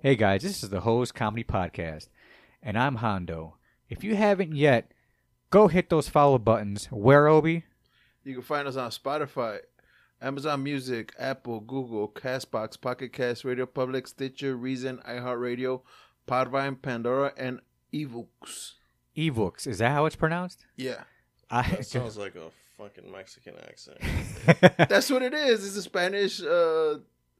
Hey guys, this is the Hose Comedy Podcast, and I'm Hondo. If you haven't yet, go hit those follow buttons. Where Obi? You can find us on Spotify, Amazon Music, Apple, Google, Castbox, Pocket Cast, Radio Public, Stitcher, Reason, iHeartRadio, Podvine, Pandora, and Evooks. Evooks. Is that how it's pronounced? Yeah. I, That sounds like a fucking Mexican accent. That's what it is. It's a Spanish uh,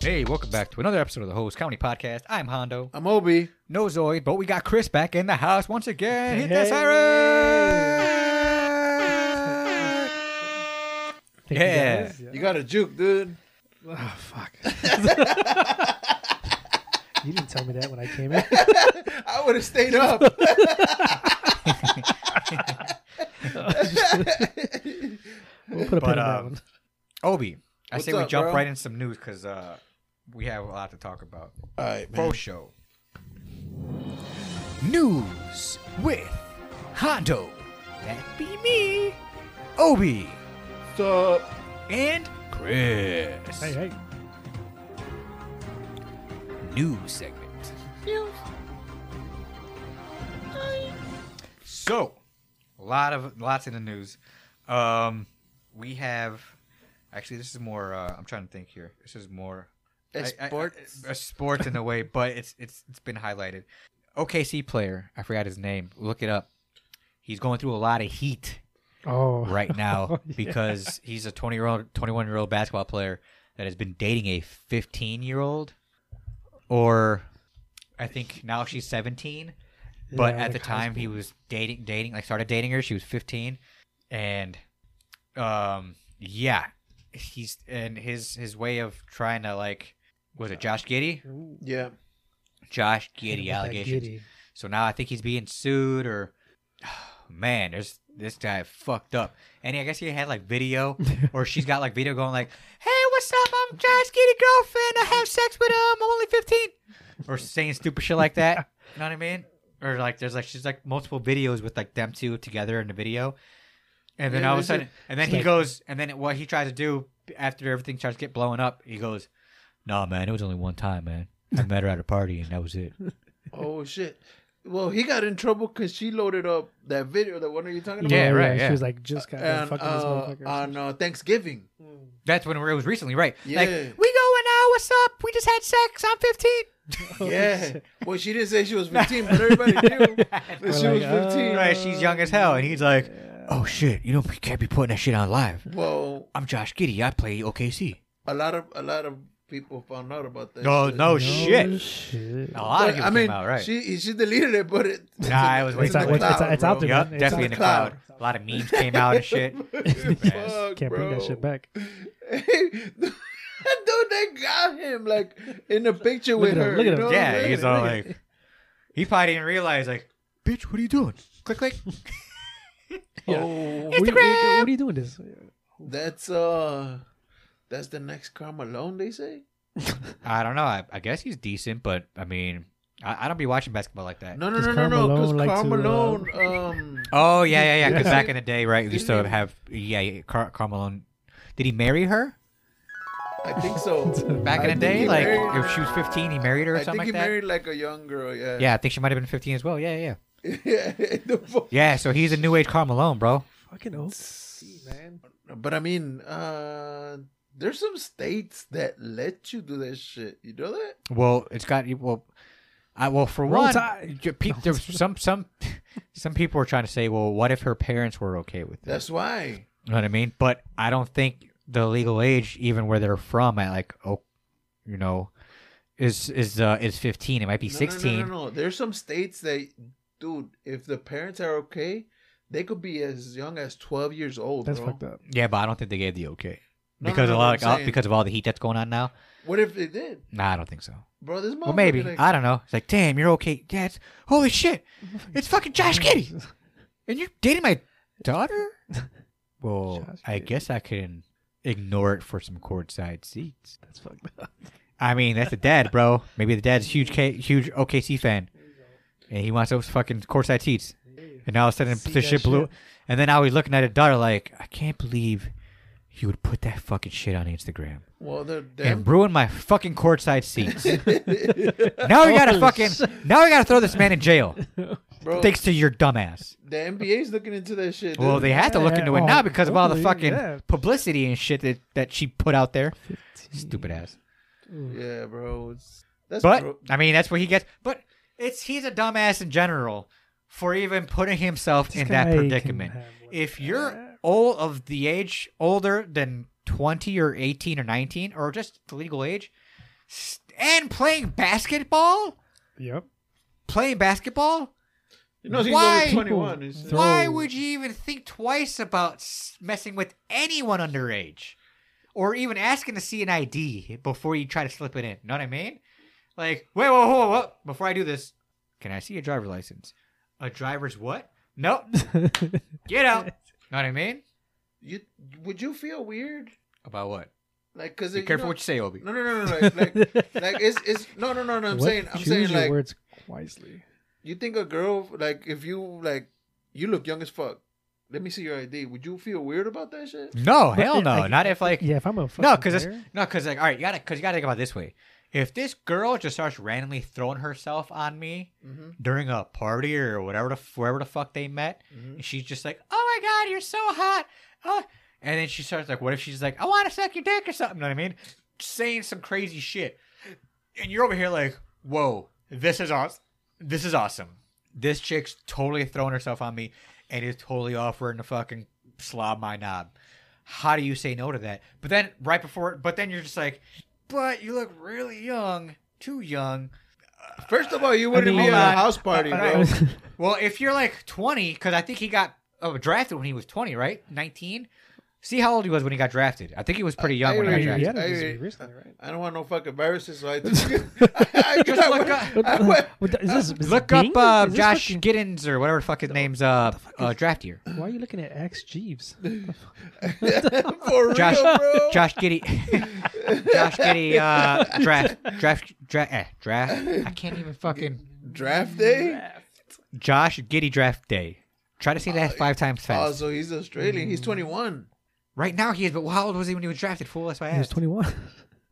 hey welcome back to another episode of the hose comedy podcast i'm hondo I'm Obi. No Zoid, but we got Chris back in the house once again. Hit that siren! Thank Yeah. You guys. You got a juke, dude. Oh fuck. you didn't tell me that when I came in. I would have stayed up. We'll put a pin But, in that um, one. Obi, I What's say we up, jump bro? right in some news because uh, we have a lot to talk about. All right, man. Pro show. News with Hondo. That be me, Obi, What's up? and Chris. Hey, hey. news segment. So, a lot of lots in the news. Um, we have actually this is more. Uh, I'm trying to think here. This is more I- I- I- Sports. a sports in a way, but it's it's it's been highlighted. OKC player, I forgot his name. Look it up. He's going through a lot of heat Oh. right now Yeah. because he's a 20 year old 21 year old basketball player that has been dating a 15 year old or i think now she's 17 but Yeah, at the like time he was dating dating like started dating her she was 15 and um yeah he's and his his way of trying to like was it josh giddy Ooh, Yeah. josh hit him with giddy that allegations giddy. so now I think he's being sued or man, there's this guy fucked up. And I guess he had like video or she's got like video going like, Hey, what's up? I'm Josh Giddy girlfriend. I have sex with him. I'm only fifteen Or saying stupid shit like that. You know what I mean? Or like there's like she's like multiple videos with like them two together in the video. And then Yeah, all of a there's a- sudden and then it's he like- goes and then what he tries to do after everything starts to get blown up, he goes, Nah man, it was only one time, man. I met her at a party and that was it. Oh, shit. Well, he got in trouble because she loaded up that video that one are you talking about? Yeah, right, yeah. She was like, just got done And, fucking uh, this motherfucker. on uh, Thanksgiving. That's when it was recently, right? Like, we Yeah. going out, what's up? We just had sex, I'm 15. Yeah. Well, she didn't say she was 15, but everybody knew that she We're was like, 15. uh, "Oh." right, she's young as hell. And he's like, oh shit, you don't, you can't be putting that shit on live. Well, I'm Josh Giddy, I play OKC. a lot of a lot of people found out about that. No, shit. no, Oh, shit. Oh, shit. A lot But, of people I mean, came out, right? she she deleted it, but it, Nah, it was way It's, It's in out- the it's, it's, cloud, it's bro. out there. Yup, man. It's definitely out in the there. cloud. A lot of memes came out and shit. Fuck, Can't bring that bro. shit back. Oh. Dude, they got him like in the picture Look with at him, her. look at you him. know what I'm Yeah, saying? he's all like, he probably didn't realize, like, bitch, what are you doing? Click, click. Yeah. Oh, What are, you, what are you- what are you doing this? that's uh, that's the next Carmelone they say. I don't know. I, I guess he's decent, but I mean, I, I don't be watching basketball like that. No, no, Does no, no, no, because Carmelone like to, uh, Carmelone, um, Oh yeah, yeah, yeah. Because Yeah. back in the day, right, we used to Didn't he- have yeah, yeah Car- Carmelone. Did he marry her I think so. back I in the think day? he Like married her. if she was fifteen, he married her or I something think he like that. married like a young girl. Yeah. yeah, I think she might have been fifteen as well. Yeah, yeah, yeah. Yeah. the fuck- Yeah, so he's a new age Carmelone, bro. Fucking OC, man. but I mean, uh, there's some states that let you do that shit. You know that? Well, it's got well, I well for Roll one, uh, Tide. j- pe- there was some some some people were trying to say, well, what if her parents were okay with it? That's why. You know what I mean? But I don't think the legal age, even where they're from, at like oh, you know, is is uh is fifteen. It might be No, sixteen. No, no, no, no. There's some states that dude, if the parents are okay, they could be as young as twelve years old. That's bro. fucked up. Yeah, but I don't think they gave the okay No, no, because no, of no, all, I'm uh, saying- because of all the heat that's going on now. What if they did, Nah, I don't think so. bro? This motherfucker, Well, maybe like- I don't know. It's like, damn, you're okay. Yeah, it's, holy shit, it's fucking Josh Giddy, and you're dating my daughter. Well, Josh I Giddy. guess I can ignore it for some courtside seats. That's fucked up. I mean, that's the dad, bro. Maybe the dad's a huge, K- huge OKC fan, and he wants those fucking courtside seats. And now all of a sudden, See the that shit blew. shit? And then I was looking at his daughter like, I can't believe you would put that fucking shit on Instagram Well, they're and damn. ruin my fucking courtside seats. now we gotta Holy fucking. Now we gotta throw this man in jail, bro, thanks to your dumbass. the NBA's looking into that shit. Well, dude. they have to look Yeah, into it oh, now because of all the totally, fucking yeah. publicity and shit that, that she put out there. Stupid ass. Yeah, bro. It's, that's But bro- I mean, that's what he gets. But it's he's a dumbass in general for even putting himself in that predicament. If you're all of the age older than 20 or 18 or 19 or just the legal age s- and playing basketball, Yep. playing basketball, you know, he's why- only twenty-one. He's- Throw- why would you even think twice about s- messing with anyone underage or even asking to see an ID before you try to slip it in? Know what I mean? Like, wait, whoa, whoa, whoa. Before I do this, can I see a driver license? A driver's what? Nope. Get out. Know what I mean? You would you feel weird? About what? Like, cause Be it- you careful know- what you say, Obi. No, no, no, no, like, like, like it's, it's, no, no, no, no. I'm What? saying, I'm Choose saying, your like, words wisely. you think a girl, like, if you, like, you look young as fuck. Let me see your ID. Would you feel weird about that shit? No, But hell it- no. like- Not if like Yeah, if I'm a fucking no, because player, no, because like all right, you gotta because you gotta think about it this way. If this girl just starts randomly throwing herself on me Mm-hmm. during a party or whatever the f- wherever the fuck they met, Mhm. and she's just like, "Oh my god, you're so hot," oh, and then she starts like, "What if she's like, I want to suck your dick or something?" You know what I mean? Saying some crazy shit, and you're over here like, "Whoa, this is awesome! This is awesome! This chick's totally throwing herself on me, and is totally offering to fucking slob my knob." How do you say no to that? But then right before, but then you're just like, "But you look really young, too young." First of all, you wouldn't mean, be hold at on. a house party, Uh, bro. Well, if you're like 20, because I think he got uh, drafted when he was 20, right? 19. See how old he was when he got drafted. I think he was pretty Uh, young when he got I- you drafted. had I- to just I- recently, right? I don't want no fucking viruses, so I just, I, just I, look went- up- What I the- went- what the- is this- is this Look up Bing? uh, Is this Josh fucking- Giddens or whatever the fuck his name's uh, uh, draft year. Why are you looking at X Jeeves? for real, Josh, bro. Josh Giddy, Josh Giddy, uh, draft, draft, draft, eh, draft. I can't even fucking Draft day. Josh Giddy draft day. Try to say Uh, that five times Oh, fast. Mm. so he's Australian. He's twenty-one. Right now he is, but how old was he when he was drafted? Fool, that's why I He was asked. 21.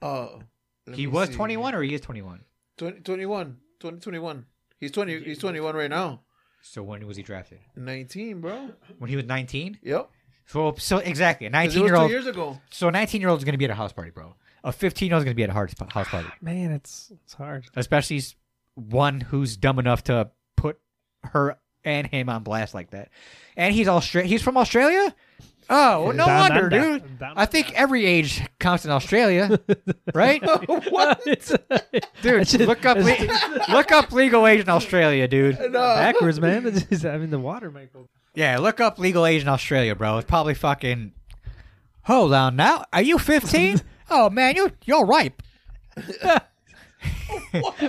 Oh, let He me was see. 21 or he is 21. 20, 21. 20, 21. He's twenty. He's twenty-one right now. So when was he drafted? Nineteen, bro. When he was 19? Yep. So, so exactly, a 'Cause it 19 was year two old. years ago. So a 19 year old is going to be at a house party, bro. A 15 year old is going to be at a hard sp- house party, Man, it's it's hard. especially s- one who's dumb enough to put her and him on blast like that. And he's Austra- He's from Australia. Oh, well, no Down wonder, under. dude. Down I think every age counts in Australia, right? what? uh, Dude, look up Uh, le- look up legal age in Australia, dude. backwards, man. It's just having the water, Michael. Yeah, look up legal age in Australia, bro. It's probably fucking. Hold on now. Are you 15? oh man, you you're ripe.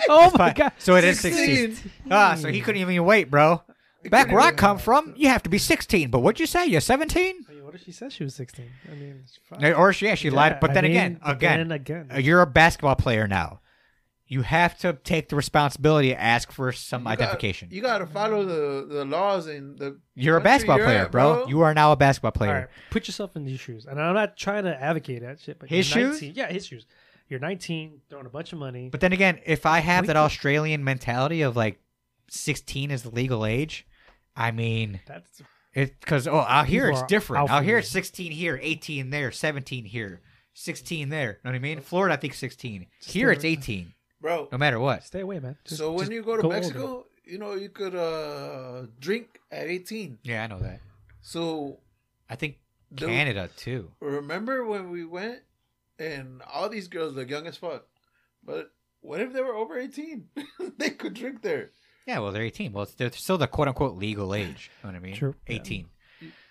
Oh my But- god! So it is 16. 16. Ah, so he couldn't even wait, bro. Back where I come from, you have to be 16. But what'd you say? You're 17? I mean, what if she said she was 16? I mean, it's fine. Or she, yeah, she lied. Yeah, But I then mean, again, but again, then again. uh, you're a basketball player now. You have to take the responsibility to ask for some identification. You gotta follow the, the laws and the. you're a country basketball you're player, at, bro. You are now a basketball All player. right, put yourself in these shoes, and I'm not trying to advocate that shit. But His you're shoes? 19 yeah, his shoes. You're 19, throwing a bunch of money. But then again, if I have Wait, that what- Australian mentality of like 16 is the legal age, I mean, that's it because oh, out here People it's are different. alpha Out here men. it's 16 here, 18 there, 17 here, 16 there. You know what I mean? Florida, I think 16. Here it's 18, bro. no matter what. stay away, man. Just- so when just you go to go Mexico, older. you know you could uh drink at eighteen. Yeah, I know that. So I think Dude. Canada too. remember when we went and all these girls look young as fuck, but what if they were over eighteen? they could drink there. Yeah, well, they're 18. Well, it's, they're still the quote unquote legal age. You know what I mean? True. 18.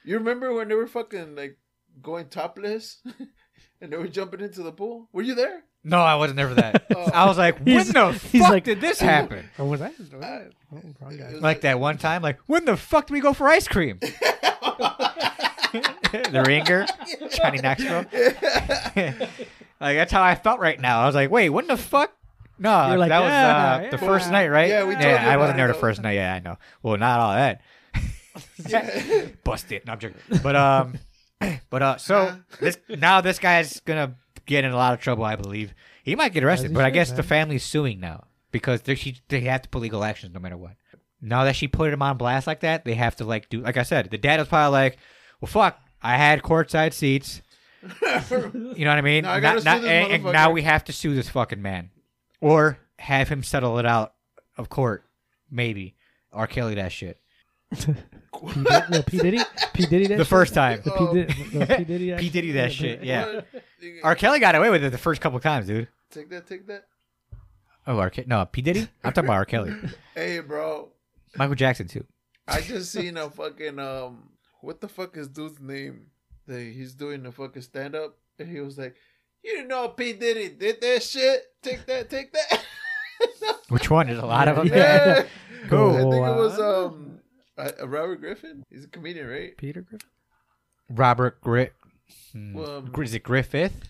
You remember when they were fucking like going topless and they were jumping into the pool? Were you there? No, I wasn't there for that. I was like, when Oh. He's- the he's fuck like- did this happen? Or was I? Was Uh, I oh, wrong guy. Like that one time, like, when the fuck do we go for ice cream? the ringer, Johnny Knoxville. like, that's how I felt right now. I was like, wait, when the fuck? No, You're like, that was uh, yeah, the yeah. first night, right? Yeah, we told you I about wasn't it, there the though. first night. Yeah, I know. Well, not all that. Busted. No, I'm joking. But um, but uh, so this now this guy's gonna get in a lot of trouble, I believe. He might get arrested, he but I should, guess the man. family's suing now because they she they have to put legal actions no matter what. Now that she put him on blast like that, they have to like do like I said. The dad was probably like, "Well, fuck, I had courtside seats." You know what I mean? Now I gotta sue this and, and eh, now motherfucker. we have to sue this fucking man, or have him settle it out of court, maybe. R. Kelly that shit P. Diddy, no, P Diddy. P Diddy. That the shit? first time. Oh. The P Diddy. The P Diddy. P Diddy that shit. Yeah. Nigga, R. Kelly got away with it the first couple times, dude. Take that, take that. Oh, R. Kelly. No, P. Diddy? I'm talking about R. Kelly. Hey, bro. Michael Jackson, too. I just seen a fucking um what the fuck is dude's name? That he's doing the fucking stand up and he was like, You didn't know P. Diddy did that shit? Take that, take that. Which one? There's a lot of them. yeah. Cool. I think it was um uh, Robert Griffin. He's a comedian, right? Peter Griffin. Robert Grit. Um, Is it Griffith?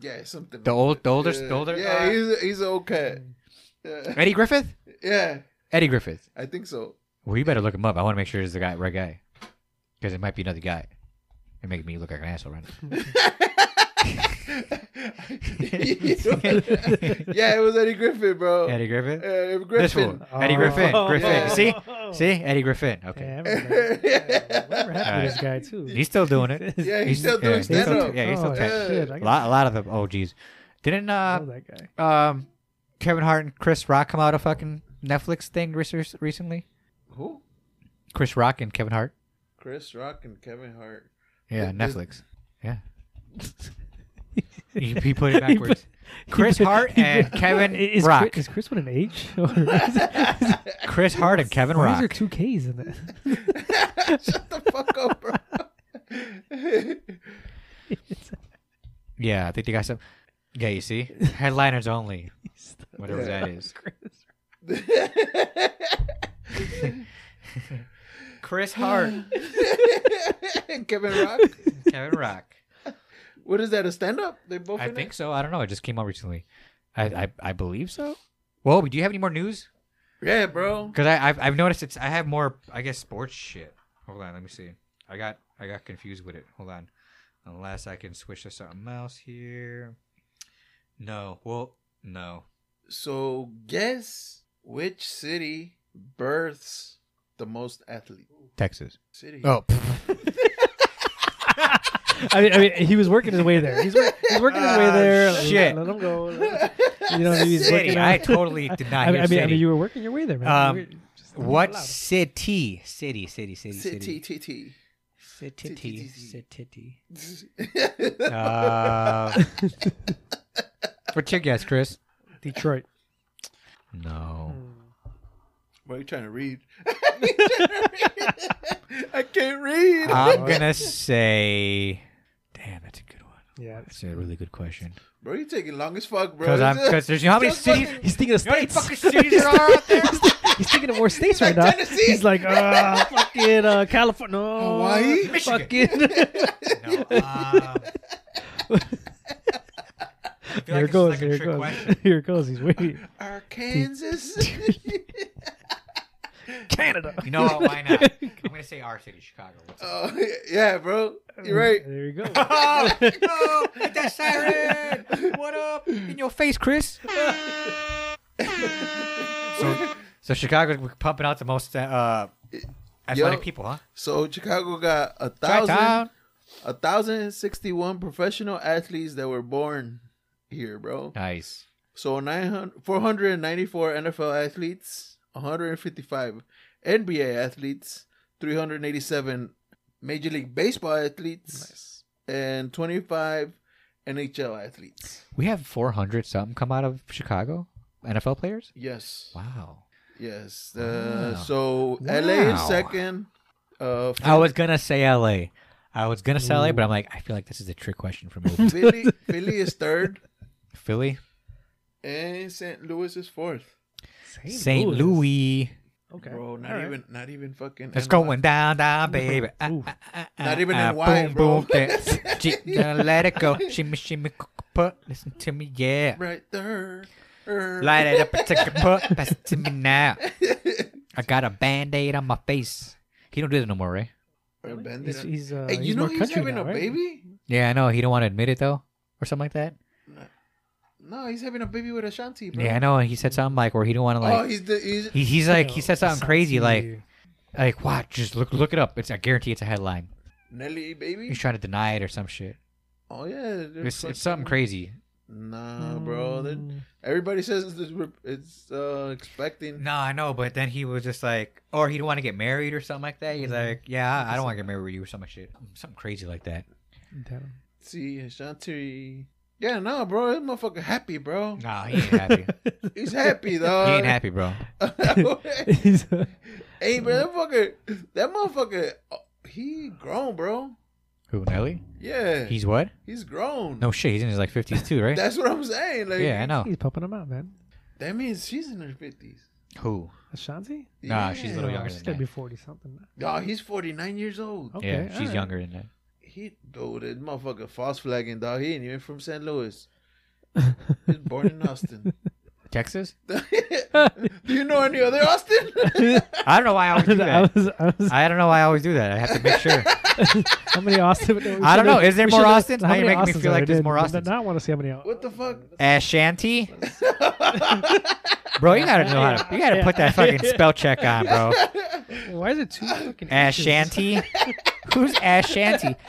yeah, something. The like old, the that. older, yeah. the older. Yeah, uh, he's he's an old cat. Yeah. Eddie Griffith? yeah, Eddie Griffith. I think so. Well, you better look him up. I want to make sure it's the guy, right guy. Because it might be another guy. It making me look like an asshole right now. yeah, it was Eddie Griffin, bro. Eddie Griffin? Uh, Griffin. This one. Eddie Griffin. Oh. Griffin. Yeah. See? See? Eddie Griffin. Okay. Yeah, I remember that. Whatever happened to this guy too? He's still doing it. Yeah, he's still doing yeah, he's still- stand-up. Yeah, he's still oh, tech. shit, I A lot, a lot of them. Oh, geez. Didn't uh, know that guy. um, Kevin Hart and Chris Rock come out of fucking Netflix thing research recently? Who? Chris Rock and Kevin Hart. Chris Rock and Kevin Hart. Yeah, Th- th- Netflix. Yeah. he, he put it backwards. Chris Hart and Kevin is Rock. Chris, is Chris with an H? Or is it- Chris Hart and Kevin Why is there Rock. two K's in that? Shut the fuck up, bro. Yeah, I think they got some. Yeah, you see, headliners only. Whatever that is. Chris Hart, Kevin Rock. Kevin Rock. What is that? A stand-up? They both. I in it? think so. I don't know. It just came out recently. I I, I believe so. Well, do you have any more news? Yeah, bro. Because I I've, I've noticed it's I have more I guess sports shit. Hold on, let me see. I got I got confused with it. Hold on, unless I can switch to something else here. No, well, no. So guess which city births the most athletes? Texas. City. Oh, I mean, I mean, he was working his way there. He's, wor- he's working his way Ah, there. shit. Let, let him go. Let him- you know, maybe he's city. working I out. totally did not I, hear mean, I mean, city. I mean, you were working your way there, man. Um, You were- just let him what go loud. city? City, city, city, City. city, T. city, City, city. city. T. Uh, what's your guess, Chris? Detroit. No. What are you trying to read? I can't read. I'm gonna say, damn, that's a good one. Yeah. That's a really good question. bro, you're taking long as fuck, bro. Because I'm It's, uh, because there's you know how many Just cities. fucking- He's thinking of You know how many states. fucking cities there are out there? He's thinking of more states like right now. Tennessee. He's like, uh, fucking uh, California, no, Hawaii? Michigan. Fucking. No, um, I feel Here like it this is like a goes. here it trick goes. question. Here it goes. He's waiting. Arkansas. Canada. You know what? Why not? I'm gonna say our city, Chicago. What's up? oh, yeah, bro. You're right. There you go. Oh, oh, hit that siren! What up? In your face, Chris. so, so Chicago's pumping out the most uh, athletic Yo. people, huh? So Chicago got a Chi-town. thousand, a thousand and sixty-one professional athletes that were born here, bro. Nice. So 900, 494 NFL athletes, 155 NBA athletes, 387 Major League Baseball athletes, and 25 NHL athletes. We have 400 something come out of Chicago NFL players. Yes. Wow. Yes. Uh, Wow. So LA is Wow. second. Uh, I was gonna say L.A. I was gonna say L.A., but I'm like, I feel like this is a trick question for me. Philly, Philly is third, Philly, and St. Louis is fourth. St. Louis, Okay. Bro, not All right. even, not even fucking. it's NY. going down, down, baby. Ah, Ooh. ah, ah, Not ah, even ah, in Y, boom, bro. boom, dance. She- gonna let it go. Shimmy, shimmy, cook, put. Listen to me, yeah. right there. Er. Light it up, take a put. Pass it to me now. I got a band-aid on my face. He don't do that no more, right? Or bend it He's, up. he's, uh, hey, you know more he's country having now, a right? baby. Yeah, I know. He don't want to admit it though, or something like that. No, he's having a baby with Ashanti, bro. Yeah, I know. He said something like, or he don't want to oh, like. he's the he's, he, he's like, he Oh, said something Santi. crazy, like, like watch, just look, look it up. It's I guarantee it's a headline. Nelly baby. He's trying to deny it or some shit. Oh yeah, they're It's, fucking- it's something crazy. "Uh, Nah, bro. they're- Mm. Everybody says it's, it's uh, expecting. No, I know, but then he was just like, or he didn't want to get married or something like that. He's like, yeah, I don't want to get married with you or some shit, something crazy like that. Damn. See Ashanti. Yeah, no, bro. This motherfucker happy, bro. Nah, he ain't happy. He's happy though. he ain't happy, bro. He's, uh, hey, bro, that fucker, that motherfucker, oh, he grown, bro. Who Nelly? Yeah, he's, He's what? grown. No shit, he's in his like fifties too, right? that's what I'm saying. Like, yeah, I know. he's pumping him out, man. that means she's in her fifties. Who? Ashanti? Nah, she's a little No, younger Oh. She's than that. got to be 40 something. No, he's 49 years old. Okay. yeah, all she's right. younger than that. He, dude, this motherfucker false flagging, dog. He ain't even from St. Louis. He was born in Austin. Texas? Do you know any other Austin? I don't know why I always do I that. was, I was, I don't know why I always do that. I have to make sure. how many Austin? I don't know. Is there more Austins? Now How you're many making me Austins feel are like there's there? more I Austins. did not want to see how many. Au- what the fuck? Ashanti? Bro, you gotta know how to. You gotta put that fucking spell check on, bro. Why is it two Ah. fucking Ashes? Ashanti? Who's Ashanti?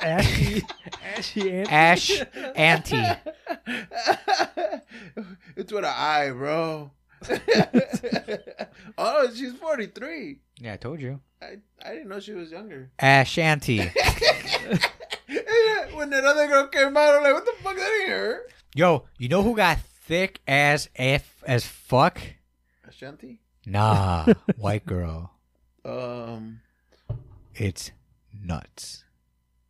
Ashy, ashy, and Ash Anti. it's with an I, bro. oh, she's 43. Yeah, I told you. I, I didn't know she was younger. Ashanti. when that other girl came out, I'm like, what the fuck? That ain't her. Yo, you know who got thick as f as fuck? Ashanti? Nah, white girl. Um, It's nuts.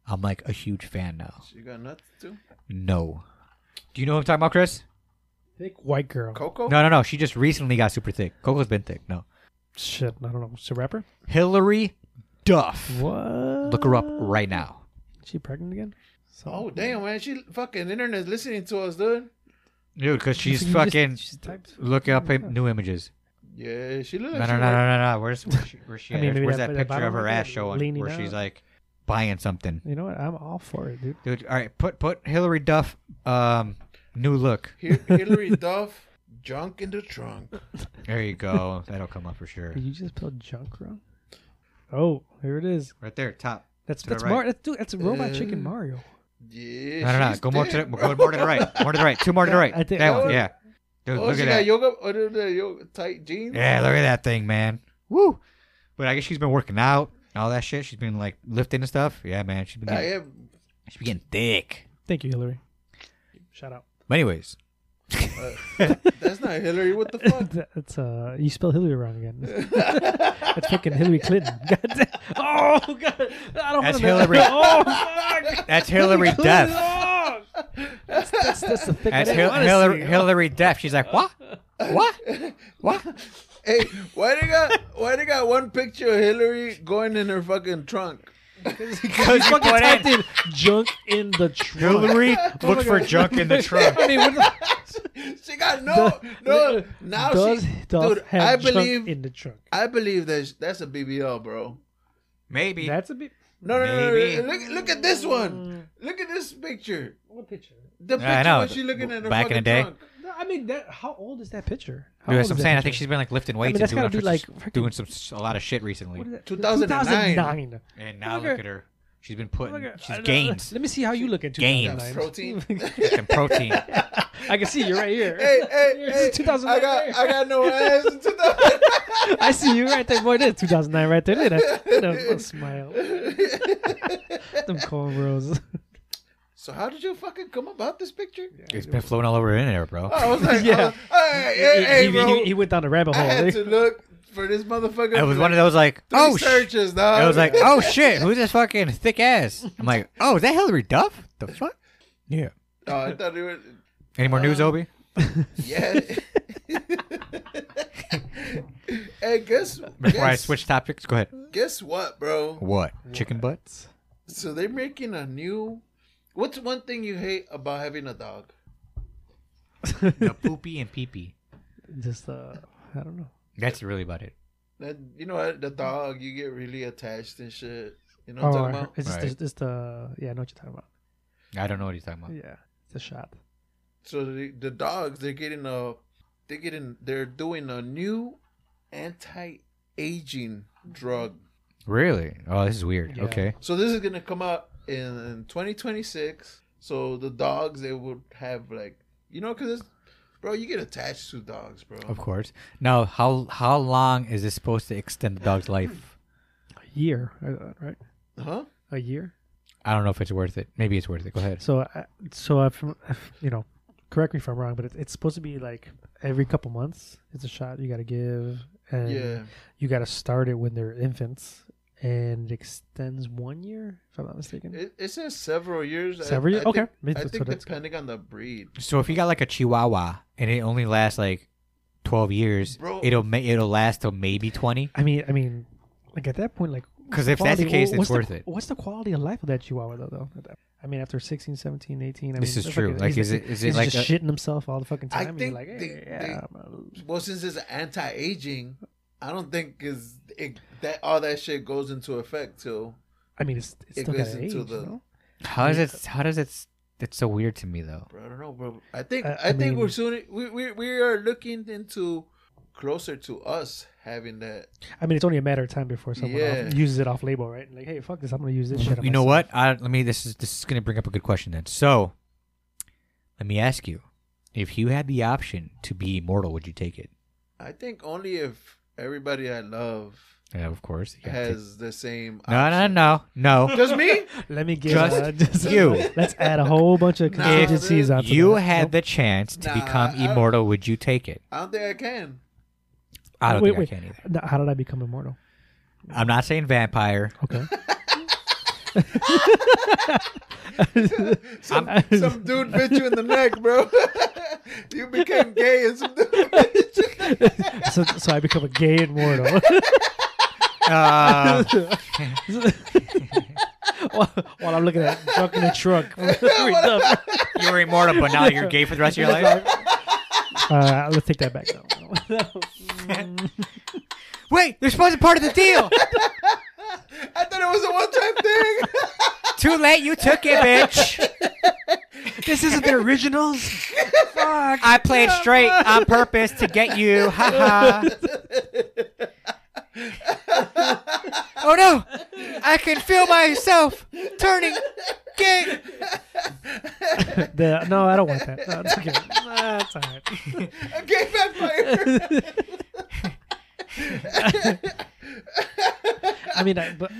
I'm like a huge fan now. she got nuts too. No. Do you know who I'm talking about, Chris? thick white girl. Coco? No, no, no. She just recently got super thick. Coco's been thick. No. Shit, I don't know. She's a rapper. Hillary Duff. What? Look her up right now. She pregnant again? So, Oh, damn, man. She fucking internet's listening to us, dude. Dude, because she's You just- fucking. she types- look up im- new images. Yeah, she looks No, like no, no, she no, worked- no, no. Where's, where's she, where's she I at? mean, maybe Where's that- that that picture of bottom her right ass there, showing leaning where she's out. like buying something? You know what? I'm all for it, dude. Dude, all right, put put Hillary Duff, um, new look. Hi- Hillary Duff, junk in the trunk. There you go. That'll come up for sure. Did you just spelled junk wrong? Oh, here it is. Right there, top. That's To the that's right. Mario. That's, dude, that's Robot Chicken Uh, Mario. Yeah. No, no, no. she's Go more to the, thick, go bro. more to the right. More to the right. Two more to the right. I think- that one, Oh, yeah. Dude, Oh, look she at got that. yoga, oh, the, the yoga tight jeans. Yeah, look at that thing, man. Woo. But I guess she's been working out, and all that shit. She's been like lifting and stuff. Yeah, man. She's been I getting, am. she's been getting thick. Thank you, Hillary. Shout out. But anyways, That's not Hillary. What the fuck? That- That's uh, you spelled Hillary wrong again. that's fucking Hillary Clinton. God damn. Oh God, I That's don't want to. Hillary. Oh fuck. that's Hillary Duff. Oh, that's, that's the thick. I That's didn't Hil- wanna Hillary, see. Hillary Duff. She's like, what? What? What? hey, why they got why they got one picture of Hillary going in her fucking trunk? Because You fucking Oh typed in junk in the trunk. Hillary, look for junk in the trunk. I mean, what the, She got no no. Now does she, does dude. have I junk believe in the trunk? I believe that that's a BBL, bro. Maybe. That's a bit. No, no, no, Maybe. no, no. Look, look at this one. Look at this picture. What picture? The picture Yeah, I know. when she looking at her Back in the fucking day. trunk. No, I mean, that, how old is that picture? How Dude, old that's is what I'm that saying. I picture? think she's been like lifting mean, weights that's and gotta doing, be, like, like, freaking- doing some a lot of shit recently. What is that? 2009. 2009. And now Look look, at- at her. She's been putting. Look at- she's Oh I- gains Let me see how you look at Gains. Got 2009. protein. and protein. I can see you right here. hey, hey, Here's hey. 2009 I got right I got no ass in 2000. here. I see you right there. Boy, that's 2009 right there. Look at that. Look at that little smile. Them cornrows. So how did you fucking come about this picture? It's been floating all over in there, bro. Oh, I was like, Yeah. yeah. hey, hey, hey, he, bro. he, he went down a rabbit I had hole. to look for this motherfucker. It for was like one of those like, three oh, sh-. searches, dog. I was like, oh shit, who's this fucking thick ass? I'm like, oh, is that Hillary Duff? The fuck? Yeah. oh, I thought it was. Any more news, Uh, Obi? Yeah. hey, guess Before I guess- switch topics, go ahead. Guess what, bro? What? Chicken butts? So they're making a new. What's one thing you hate about having a dog? the poopy and pee pee. Just uh, I don't know. That's really about it. That you know, what, the dog you get really attached and shit. You know oh, what I'm talking I- about? it's just, Right. it's, just uh, yeah, I know what you're talking about. I don't know what he's talking about. Yeah, it's a shot. So the, the dogs, they're getting a, they're getting, they're doing a new anti-aging drug. Really? Oh, this is weird. Yeah. Okay. So this is gonna come out in 2026. So the dogs, they would have like, you know, because bro, you get attached to dogs, bro. Of course. Now, how how long is this supposed to extend the dog's life? A year, uh, right? Huh? A year. I don't know if it's worth it. Maybe it's worth it. Go ahead. So, I, so if, if you know, correct me if I'm wrong, but it, it's supposed to be like every couple months. It's a shot you got to give, and Yeah. you got to start it when they're infants, and it extends one year, if I'm not mistaken. It, it says several years. I- Several years? I Okay. think- I So think that's- depending on the breed. So if you got like a Chihuahua and it only lasts like twelve years, Bro. it'll ma- it'll last till maybe twenty. I mean, I mean, like at that point, like Because if that's the quality- case, wha- it's what's worth the, it. What's the quality of life of that Chihuahua though? Though at that- I mean, after 16, 17, 18, I This mean, is that's true. a- Like, he's- is it- is it he's like just a- shitting himself all the fucking I time? and think you're like, they- "Hey, they- yeah, I'm a-" Well, since it's anti-aging, I don't think is it, that all that shit goes into effect till I mean, it's, it's It still goes got age. into the- you know? How does it? How does it? That's so weird to me, though. Bro, I don't know, bro. I think I- I, I think we're mean- soon we, we we are looking into closer to us having that. I mean, it's only a matter of time before someone off- Yeah. uses it off label, right? Like, hey, fuck this, I'm gonna use this shit. on You know what? myself." I, let me. This is this is gonna bring up a good question then. So, let me ask you: If you had the option to be immortal, would you take it? I think only if everybody I love Yeah, of course. you gotta take- has the same. No, no, no, no. Just me? Let me get Just uh, just you. Let's add a whole bunch of Nah, contingencies dude. onto You that. had Nope. the chance to Nah, become I- immortal. Would you take it? I don't think I can. I don't Wait, think wait. I can either. No, how did I become immortal? I'm not saying vampire. Okay. Some, some dude bit you in the neck, bro. you became gay and some dude. bit you. so, so I become a gay immortal. Uh, while, while I'm looking at drunk in a truck. uh, you were immortal, but now you're gay for the rest of your life. let's Uh, take that back. No, no. Wait, this wasn't part of the deal. I thought it was a one-time thing. Too late. You took it, bitch. this isn't the originals. Fuck. I played straight on purpose to get you. Ha ha. Oh no! I can feel myself turning gay. The- no, I don't want that. No, it's okay. Nah, it's all right. a gay vampire. I mean, I, but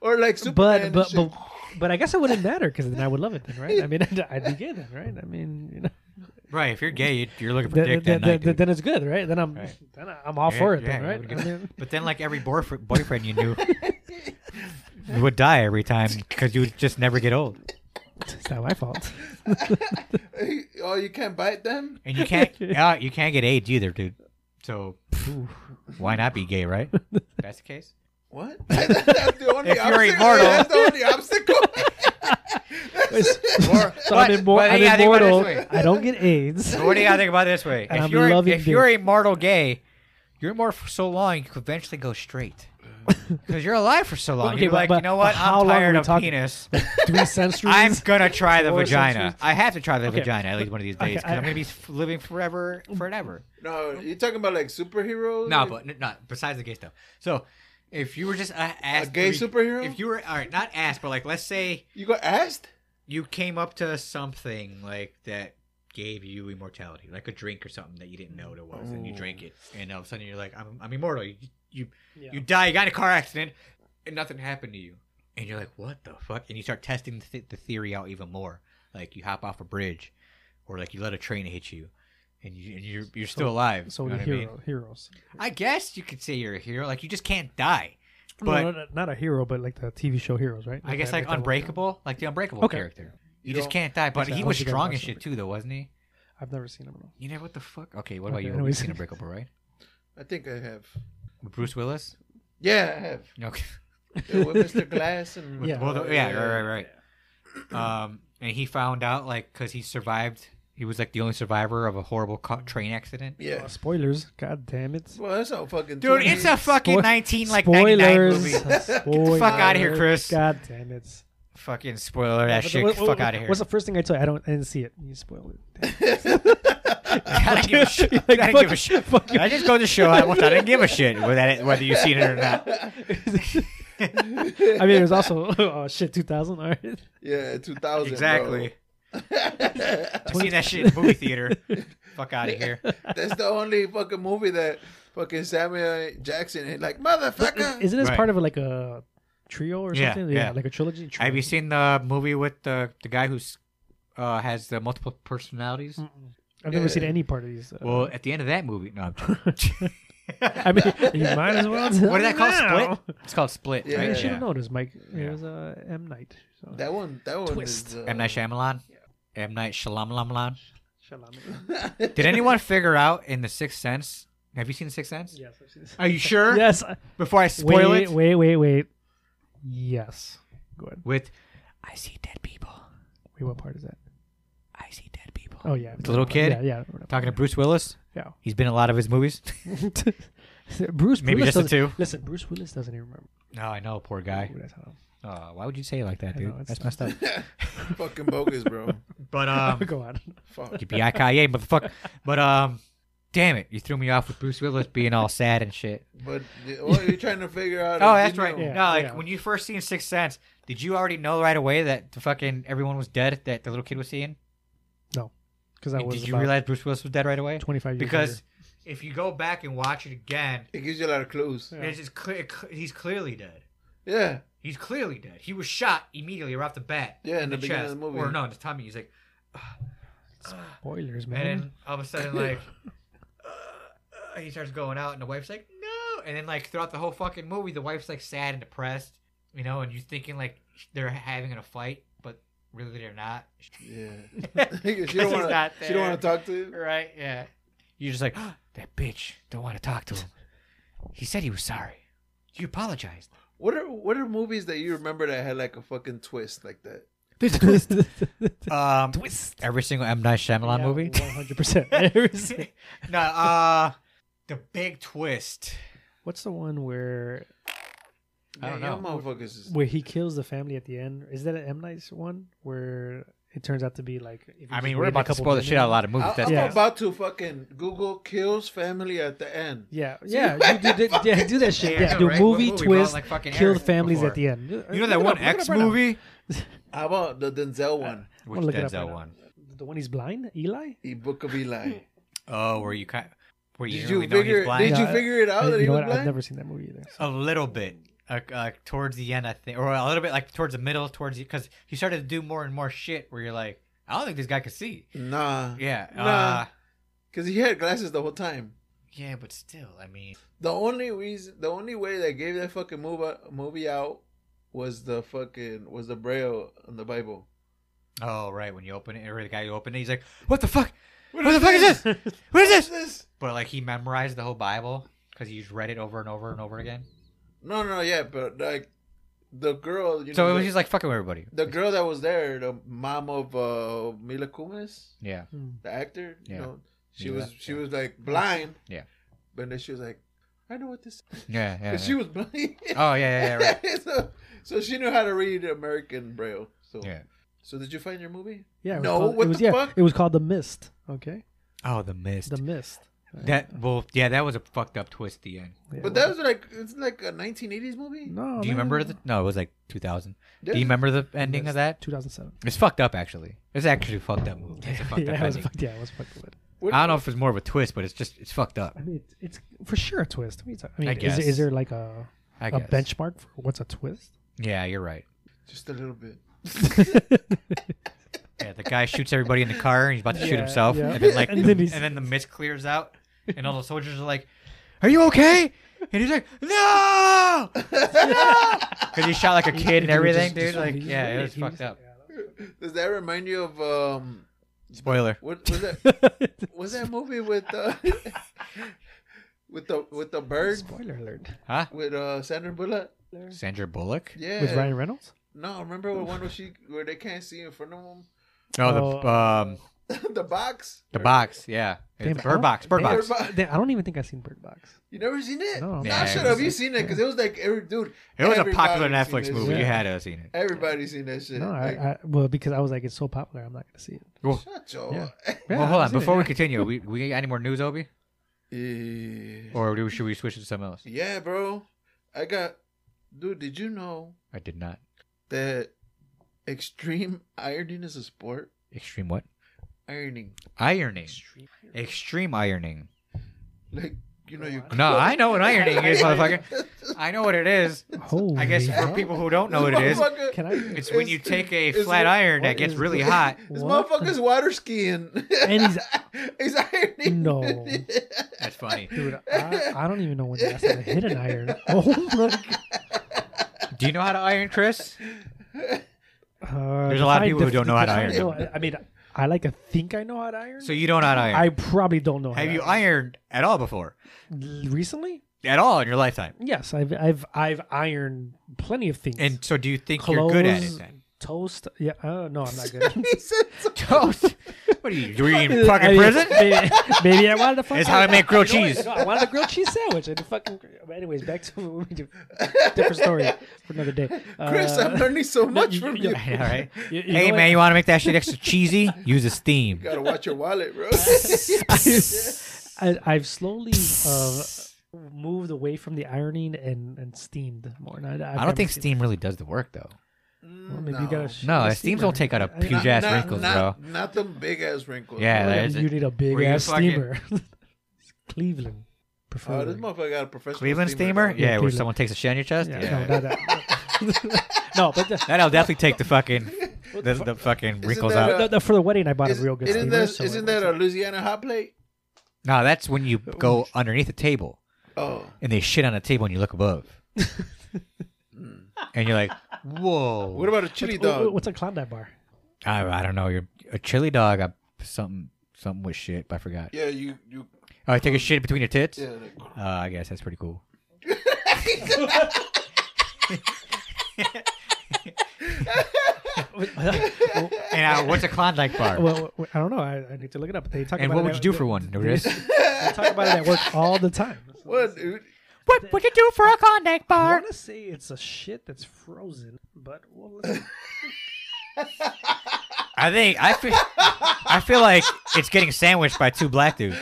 or like Superman. but But, but, but but I guess it wouldn't matter because then I would love it then, right? I mean, I'd, I'd be gay then, right? I mean, you know, Right, if you're gay, you're looking for then, dick then, that night. then, then it's good, right? Then I'm Right. then I'm all for it, Yeah, then, yeah, right? you would I get- mean, But then, like every boyfriend, boyfriend you knew would die every time because you would just never get old, it's not my fault. oh, you can't bite them. and you can't. Yeah, you can't get AIDS either, dude. So Ooh. why not be gay, right? That's the case. What? That's the only If you're obstacle- immortal. that's the only obstacle. Or- so but- I'm, but you immor- I'm gotta think about it immortal. this way. I don't get AIDS. But what do you gotta think about it this way? And if I'm you're loving if you're dick. a mortal gay, you're more for so long you could eventually go straight. Because you're alive for so long, Okay, you're but- like, but- you know but what? how I'm long are tired we of talking? penis. Three centuries. I'm gonna try the Four vagina. centuries. I have to try the Okay. vagina at least one of these days. Okay, Because I- I'm gonna be f- living forever, forever. no, you're talking about like superheroes. No, but n- not besides the gay stuff. So, if you were just uh, asked, a gay to be- superhero. If you were all right, not asked, but like, let's say You got asked? you came up to something like that gave you immortality, like a drink or something that you didn't know what it was, and you Ooh. drank it, and all of a sudden you're like, I'm, I'm immortal. You you, Yeah. you die. You got in a car accident, and nothing happened to you. and you're like, what the fuck? And you start testing the, th- the theory out even more. Like you hop off a bridge, or like you let a train hit you, and, you, and you're you're still alive. So you know the what I mean? hero, heroes. I guess you could say you're a hero. Like you just can't die. No, But no, no, not a hero, but like the TV show heroes, right? I guess that- like that one. Unbreakable, like the Unbreakable Okay. character. You, You just don't- can't die. But Okay, he I was was thinking strong about as shit too, though, wasn't he? I've never seen them. You know what the fuck? Okay, what about Okay, you? You've anyways. seen Unbreakable, right? I think I have. With Bruce Willis. Yeah, I have. Okay. Yeah, with Mr. Glass and Yeah. Well, the- yeah, right, right, right. Um, and he found out like because he survived. He was like the only survivor of a horrible ca- train accident. Yeah. Oh, spoilers! God damn it! Well, that's all fucking. Dude, 20. it's a fucking Spoil- nineteen like ninety nine movie. the fuck outta here, Chris. God damn it! Fucking spoiler Yeah, that but shit. what- what- Fuck out of here. What's the first thing I told you? I don't. I didn't see it. You spoiled it. I don't give a shit. You're I like, don't fuck give a you, shit. fuck you. I just go to show I, I didn't give a shit whether it- whether you've seen it or not. I mean, it was also oh shit, 2000. All right. Yeah, 2000. Exactly. bro. I've seen that shit in movie theater. Fuck out of here. That's the only fucking movie that fucking Samuel Jackson is like, motherfucker. Isn't this Right. part of like a trio or Yeah, something? yeah. like a trilogy. Have you seen the movie with the the guy who's uh, has the multiple personalities? Mm-mm. I've never seen Yeah. any part of these. uh, Well, at the end of that movie, no. I'm joking. I mean, you might as well. Tell what is that me called? now. Split. It's called Split, Yeah. I right? should have noticed, Mike. Yeah. It was uh, M Night. So. that one, that one Twist. is. Uh, M Night Shyamalan. M Night Shyamalan. Shalom. Did anyone figure out in the Sixth Sense? Have you seen Sixth Sense? Yes, I've seen this. Are you sure? Yes. I- Before I spoil wait, it wait, wait, wait. Yes. Go ahead. with I see dead people. Wait, what part is that? I see dead people. Oh yeah, The little kid? Yeah, yeah. Talking to Bruce Willis. Yeah. He's been in a lot of his movies. Bruce. Maybe just Willis the doesn't- two. Listen, Bruce Willis doesn't even remember. No, I know, poor guy. Ooh, that's how- Uh, why would you say it like that, I dude? know, it's That's messed up. fucking bogus, bro. But um, Go on. Fuck. yippee motherfucker. But um, damn it, you threw me off with Bruce Willis being all sad and shit. But what are you trying to figure out? Oh, is, that's you right. know- Yeah, no, like yeah. when you first seen Sixth Sense, did you already know right away that the fucking everyone was dead that the little kid was seeing? Because I And was did you about realize Bruce Willis was dead right away? 25 years Because if you go back and watch it again, It gives you a lot of clues. later. Yeah. it's just clear, cl- he's clearly dead. Yeah. He's clearly dead. He was shot immediately or off the bat. Yeah, in the beginning of the movie. Or no, in the tummy. He's like, "Ah, ah." Spoilers, man. And then all of a sudden, like, uh, uh, he starts going out, and the wife's like, no. And then, like, throughout the whole fucking movie, the wife's, like, sad and depressed, you know, and you're thinking, like, they're having a fight, but really they're not. Yeah. she Because don't want to. not She don't want to talk to you. Right, yeah. You're just like, "Ah, that bitch, don't want to talk to him. He said he was sorry. You apologized. What are What are movies that you remember that had like a fucking twist like that? There's twist. Um, Every single M. Night Shyamalan movie? 100. percent no, uh, The Big Twist. What's the one where I don't Yeah, know. y'all motherfuckers is- where he kills the family at the end? Is that an M Night's one where it turns out to be like? If you I just mean, we're wait a about to couple spoil the shit out of a minutes- lot of movies. I, That's am Yeah. about to fucking Google kills family at the end. Yeah, yeah, you, do- do- yeah, do that shit. Yeah, the right? What movie movie brought, twist like, fucking killed Eric families before? at the end. You know that one X movie? How about the Denzel one, Which look it up Denzel right now. one? The one he's blind, Eli. the Book of Eli? Oh, where you kind where you, Did didn't you really know figure? he's blind? Did you No, I- figure Oh, it out I- that you he know was what? blind? I've never seen that movie either. so- A little bit. Uh, uh, towards the end, I think, or a little bit like towards the middle, towards because he started to do more and more shit where you're like, I don't think this guy can see. Nah, Yeah, Nah. uh, because he had glasses the whole time. yeah, but still, I mean, The only reason, the only way they gave that fucking movie movie out was the fucking was the braille on the Bible. oh right, when you open it, or the guy who opened it, he's like, what the fuck? What, the fuck is this? What is this? this? But like he memorized the whole Bible because he's read it over and over and over again. No, no, yeah, but like the girl, you So know, it was the, just like fucking with everybody. the girl that was there, the mom of uh, Mila Kunis, Yeah. Hmm. the actor. Yeah. You know, she Mila, was she yeah. was like blind. Yeah. but then she was like, I know what this. Yeah, yeah. Because she was blind. Oh yeah, yeah, yeah, right. so, so she knew how to read American Braille. So, Yeah. so did you find your movie? Yeah, it was No, called, what it was, the yeah, fuck? It was called The Mist. Okay, Oh, the mist. The Mist. That well, yeah, that was a fucked up twist at the end. Yeah, But that was like it's like a 1980s movie. no. Do you remember the? No, it was like 2000. Yeah. Do you remember the ending of that? 2007? It's fucked up, actually. It's actually a fucked up movie. It's a fucked yeah, up it was ending. fucked, yeah, it was fucked with it. What- I don't know if it's more of a twist, but it's just it's fucked up. I mean, it, it's for sure a twist. What are you talking- I mean, I Is, guess. is there like a I a guess. benchmark for what's a twist? Yeah, you're right. Just a little bit. Yeah, the guy shoots everybody in the car and he's about to shoot Yeah, himself, yeah. and then like, And and then then, he's- the mist clears out, and all the soldiers are like, "Are you okay?" And he's like, "No, because he shot like a kid and everything, dude. Like, yeah, it was fucked up. Does that remind you of um? Spoiler. What was that? was that movie with uh, with the with the bird Spoiler alert. Huh? with uh Sandra Bullock? Sandra Bullock. Yeah. With Ryan Reynolds? No, remember when one was she where they can't see in front of them No, the Oh, um, the box. the box. Yeah, it's Damn, the I bird don't- box. Bird Damn, box. Bird Box. Damn, I don't even think I've seen Bird Box. You never seen it? No. Yeah, Nah, it shut was up. You like- seen it because it was like every dude. It was a popular everybody's seen Netflix this movie. shit. You had to have seen it. Everybody's seen that shit. No, I, Like, I well because I was like it's so popular, I'm not gonna see it. shut your. Yeah. Yeah, Well, hold I've on. seen it, Before yeah. we continue, we we got any more news, Obi, Eh, or do, should we switch to something else? Yeah, bro. I got. Dude, did you know I did not. that extreme ironing is a sport? Extreme what? Ironing. Ironing. Extreme ironing. Like, you know, you. No, I know what ironing is, motherfucker. I know what it is. Holy I guess for hell. people who don't know what it is, Motherfucker- Can I- it's when you take a it's- flat iron what that gets is really this? hot. This What the- motherfucker's water skiing. And he's- he's ironing. No. That's funny. Dude, I, I don't even know when the last time I hit an iron. Oh my god. Do you know how to iron, Chris? Uh, There's a lot of define- people who don't know how to define- iron. no, I- I mean, I like to think I know how to iron. So you don't know how to I iron. probably don't know. how Have to you ironed at all before? iron. recently? At all in your lifetime? Yes, I've I've I've ironed plenty of things. And so do you think you're good at it Clothes. then? toast. Yeah. Uh, no, I'm not good. He said so- Toast? What are you, you were in I fucking mean, prison? Maybe, maybe I wanted to fucking. It's how I make grilled You know what? cheese. No, I wanted a grilled cheese sandwich. And fucking. Anyways, back to what we do. different story for another day. Chris, Uh, I'm learning so much you- from you- you. I know, right? you- you Hey, know what? man, you want to make that shit extra cheesy? Use a steam. Gotta watch your wallet, bro. I, I've slowly uh, moved away from the ironing and, and steamed more. And I, I've I don't never think seen- steam really does the work, though. Well, maybe you gotta sh- No, a steams steamer. don't take out a I- I- huge ass wrinkles, bro. not, Not them big ass wrinkles. Yeah, Well, that you- is it. you need a big Were you ass fucking- steamer. Cleveland, Oh, preferably. this motherfucker got a professional Cleveland steamer? bro. Yeah, where Cleveland. someone takes a shit on your chest? yeah, Yeah. No, not that. no, but the, That'll definitely take the fucking the, the fucking wrinkles that out. the, the- for the wedding, I bought Uh, Is, a real good isn't steamer. that, so isn't it that works a out. Louisiana hot plate? No, that's when you go underneath the table Oh, and they shit on the table and you look above. and you're like, whoa. what about a chili Wh- wh- dog? What's a Klondike bar? I, I don't know. You're a chili dog. I, something something with shit. but I forgot. Yeah, you you. Oh, I take a shit between your tits? Yeah, like, Uh, I guess that's pretty cool. And uh, what's a Klondike bar? Well, well, I don't know. I, I need to look it up. They talk and about what it would you do at- for one, Chris? They talk about it at work all the time. what, dude? what would you do for a Klondike I bar? want to say it's a shit that's frozen, but well, let's- I think I feel I feel like it's getting sandwiched by two black dudes.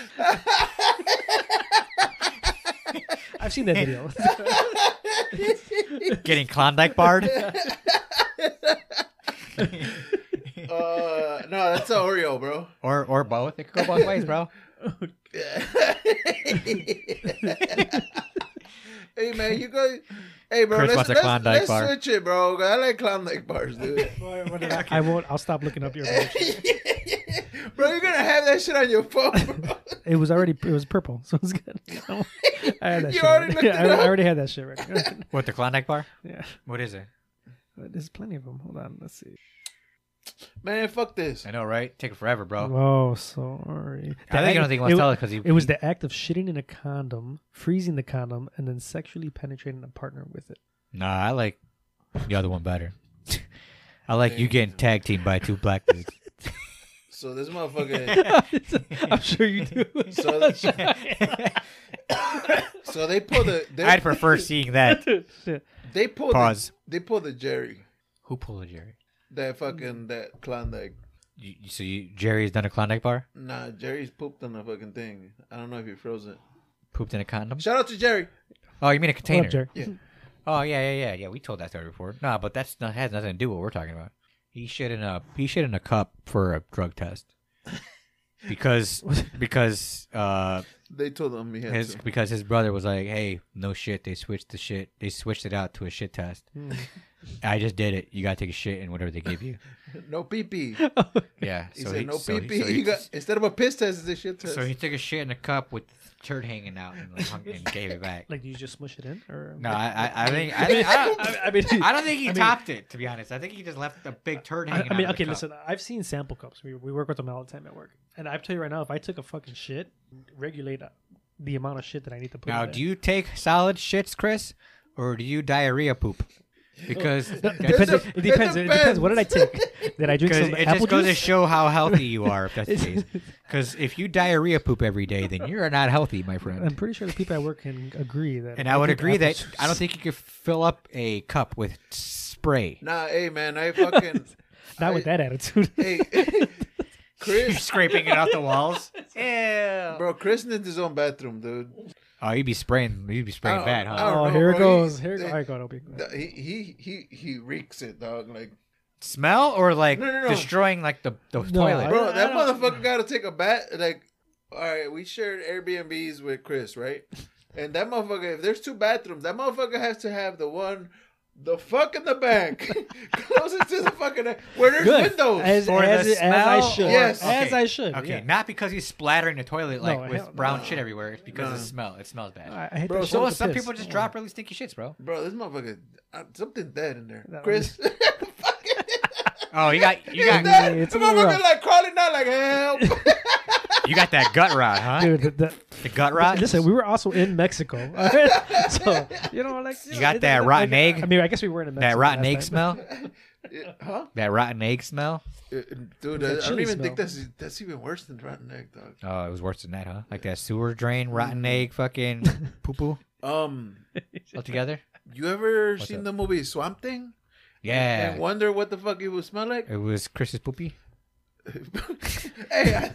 I've seen that video. Getting Klondike barred. Uh, no, that's an Oreo, bro. Or or both. It could go both ways, bro. hey man, you guys. Hey bro, Chris let's, wants a let's, Klondike let's bar. switch it, bro. I like Klondike bars, dude. I, I won't. I'll stop looking up your. emotions. bro, you're gonna have that shit on your phone, bro. It was already. It was purple, so it's good. I had that You already shit. already. looked Yeah, I, it I up. already had that shit. Right. What the Klondike bar? yeah. What is it? But There's plenty of them. Hold on. Let's see. Man, fuck this. I know, right? Take it forever, bro. Oh, sorry. I think I don't think he wants it, to tell it because he. It was the act of shitting in a condom, freezing the condom, and then sexually penetrating a partner with it. Nah, I like the other one better. I like you getting tag teamed by two black dudes. So this motherfucker. I'm sure you do. so, so they pull the. They, I'd prefer seeing that. Shit. they pull Pause. The, they pull the Jerry. Who pulled a Jerry? That fucking that Klondike. You, you- so you, Jerry's done a Klondike bar, Nah, Jerry's pooped on the fucking thing. I don't know if he froze it. pooped in a condom. Shout out to Jerry. Oh, you mean a Hold container? up, Jerry. Yeah. Oh yeah, yeah, yeah, yeah. We told that story before. Nah, but that's not has nothing to do with what we're talking about. He shit in a he shit in a cup for a drug test because because uh They told him he had his to. Hmm. because his brother was like, hey, no shit, they switched the shit, they switched it out to a shit test, I just did it. You gotta take a shit in whatever they give you. No pee pee. Yeah. He said no so pee he- pee. so he- you got instead of a piss test, it's a shit test. So he took a shit in a cup with turd hanging out and, like, hung- and gave it back. Like, do you just smush it in, or No, I, I, I think I, think, I, don't, I mean, I don't think he I mean- topped it. To be honest, I think he just left a big turd I, hanging. I mean, out of the okay, cup. listen. I've seen sample cups. We, we work with them all the time at work, and I tell you right now, if I took a fucking shit, regulate the amount of shit that I need to put. Now, in do you take solid shits, Chris, or do you diarrhea poop? Because It depends. There's a- It depends. there's It a depends. What did I take? Did I drink because some it apple just goes to juice? show how healthy you are if that's the case. Because if you diarrhea poop every day, then you're not healthy, my I'm friend. pretty sure the people at work can agree that. And I would drink agree apple that juice. I don't think you could fill up a cup with spray. nah, hey man, I fucking not with that attitude. hey You're Chris, scraping it off the walls. bro, Chris needs his own bathroom, dude. Oh, you'd be spraying. You'd be spraying Oh, bad, huh? oh. oh, know, here it bro. goes. Here it They- goes. I got Obi. Th- He he he he reeks it, dog. Like, Smell or like No, no, no. destroying like the, the No, toilet. I- bro, that I don't- motherfucker got to take a bath. Like, all right, we shared Airbnbs with Chris, right? And that motherfucker, if there's two bathrooms, that motherfucker has to have the one, the fuck in the back, closest to the fucking where there's windows. As, For the as, as I smell should. or- Yes. As Okay. I should. Okay, yeah. not because he's splattering the toilet like No, hell with no. brown shit everywhere. It's because No. of the smell. It smells bad. I, I hate Bro, that shit so with what, the some piss. Oh. people just Yeah. drop really stinky shits, bro. Bro, this motherfucker, uh, something dead in there. That Chris, Oh, you got you yeah, got that, it's the a little motherfucker rough. like crawling out, like help. you got that gut rot, huh? Dude, the, the, The gut rot. listen, we were also in Mexico, alright? so you know, like You got that rotten I, egg? I mean, I guess we weren't in Mexico that rotten last egg time. smell. Yeah, huh? That rotten egg smell. Uh, Dude, That I, I don't chili even think smell. that's that's even worse than rotten egg, dog. Oh, it was worse than that, huh? Like that sewer drain, Mm-hmm. rotten egg, fucking poo poo Um, all together. you ever What's seen up? the movie Swamp Thing? Yeah, And wonder what the fuck it would smell like? it was Chris's poopy. hey, I,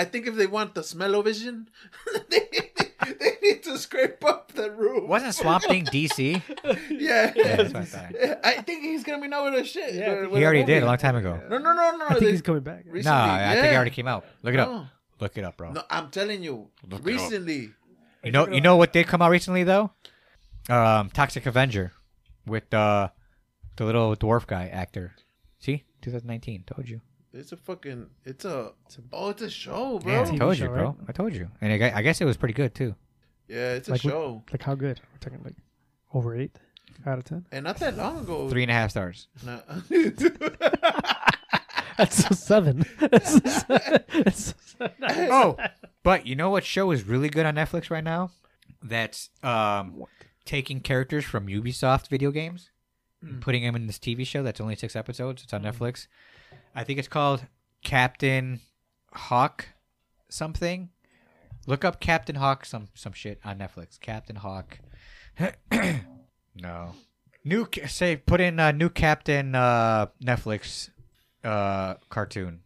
I think if they want the smell-o-vision, they, they need to scrape up the roof. Wasn't Swamp Thing DC? Yeah. Yeah, that's what I thought. I think he's gonna be knowing the shit. Yeah, I think with He the already did movie. a long time ago. No, no, no, no. I think they- he's coming back. recently, No, I think yeah. it already came out. Look it up. No. Look it up, bro. No, I'm telling you, Look it up. recently. You know, you know what did come out recently though? Um, Toxic Avenger, with uh, the little dwarf guy actor. See, 2019. Told you. It's a fucking. It's a. Oh, it's a show, bro. Yeah, Yeah, I TV told you, show, bro. right? I told you. And I gu- I guess it was pretty good too. it's a Like we- show, Like how good? We're talking like over eight out of ten. and not that long ago. Three and a half stars. No. That's a seven. That's a seven. That's a seven. oh, but you know what show is really good on Netflix right now? That's um, taking characters from Ubisoft video games, and putting them in this TV show that's only six episodes. It's on Netflix. I think it's called Captain Hawk something. Look up Captain Hawk some some shit on Netflix. Captain Hawk. no. New ca- say put in a new Captain uh, Netflix uh, cartoon.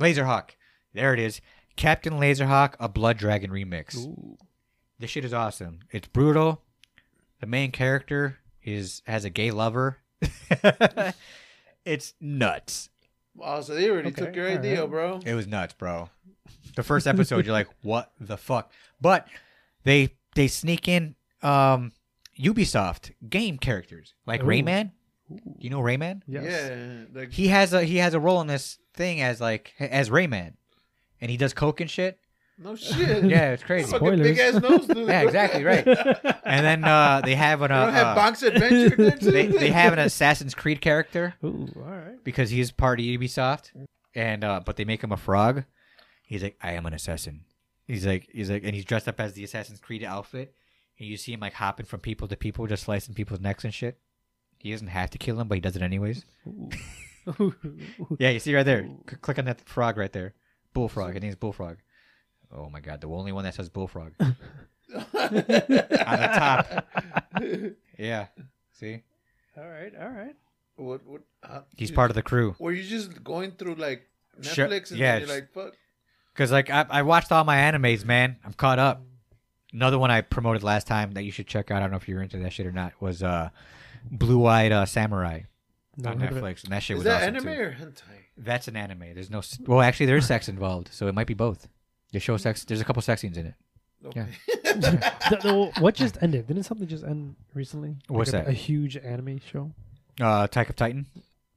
Laserhawk. There it is. Captain Laserhawk, a Blood Dragon remix. Ooh. This shit is awesome. It's brutal. The main character is has a gay lover. it's nuts. oh, so they already Okay, took your all idea, right. bro. It was nuts, bro. The first episode, you're like, what the fuck? But they they sneak in um Ubisoft game characters like Ooh. Rayman. Ooh. You know Rayman? Yes. Yeah, like He has a he has a role in this thing as like as Rayman, and he does coke and shit. no shit. Yeah, it's crazy. fucking big ass nose. Dude. yeah, exactly right. And then uh, they have an uh, You don't have uh, Box Adventure. dude? they, they have an Assassin's Creed character Ooh. All right. because he's part of Ubisoft, and uh, but they make him a frog. He's like, I am an assassin. He's like, he's like, and he's dressed up as the Assassin's Creed outfit, and you see him like hopping from people to people, just slicing people's necks and shit. He doesn't have to kill him, but he does it anyways. Ooh. Yeah, you see right there. C- click on that frog right there, bullfrog. His name's Bullfrog. Oh my god, the only one that says bullfrog on the top. Yeah, see, All right. All right. what, what, how- he's you- part of the crew. Were you just going through like Sure, Netflix and yeah, then you're like, fuck? Cause like I, I watched all my animes, man. I'm caught up. Another one I promoted last time that you should check out. I don't know if you're into that shit or not. Was uh, Blue Eyed uh, Samurai No, on look at it. Netflix, and that shit Is was that awesome anime too. or hentai? That's an anime. There's no s- well, actually, there's sex involved, so it might be both. They show sex. There's a couple sex scenes in it. Okay. Th- th- what just ended? Didn't something just end recently? What's a, that? A huge anime show. Uh, Attack of Titan.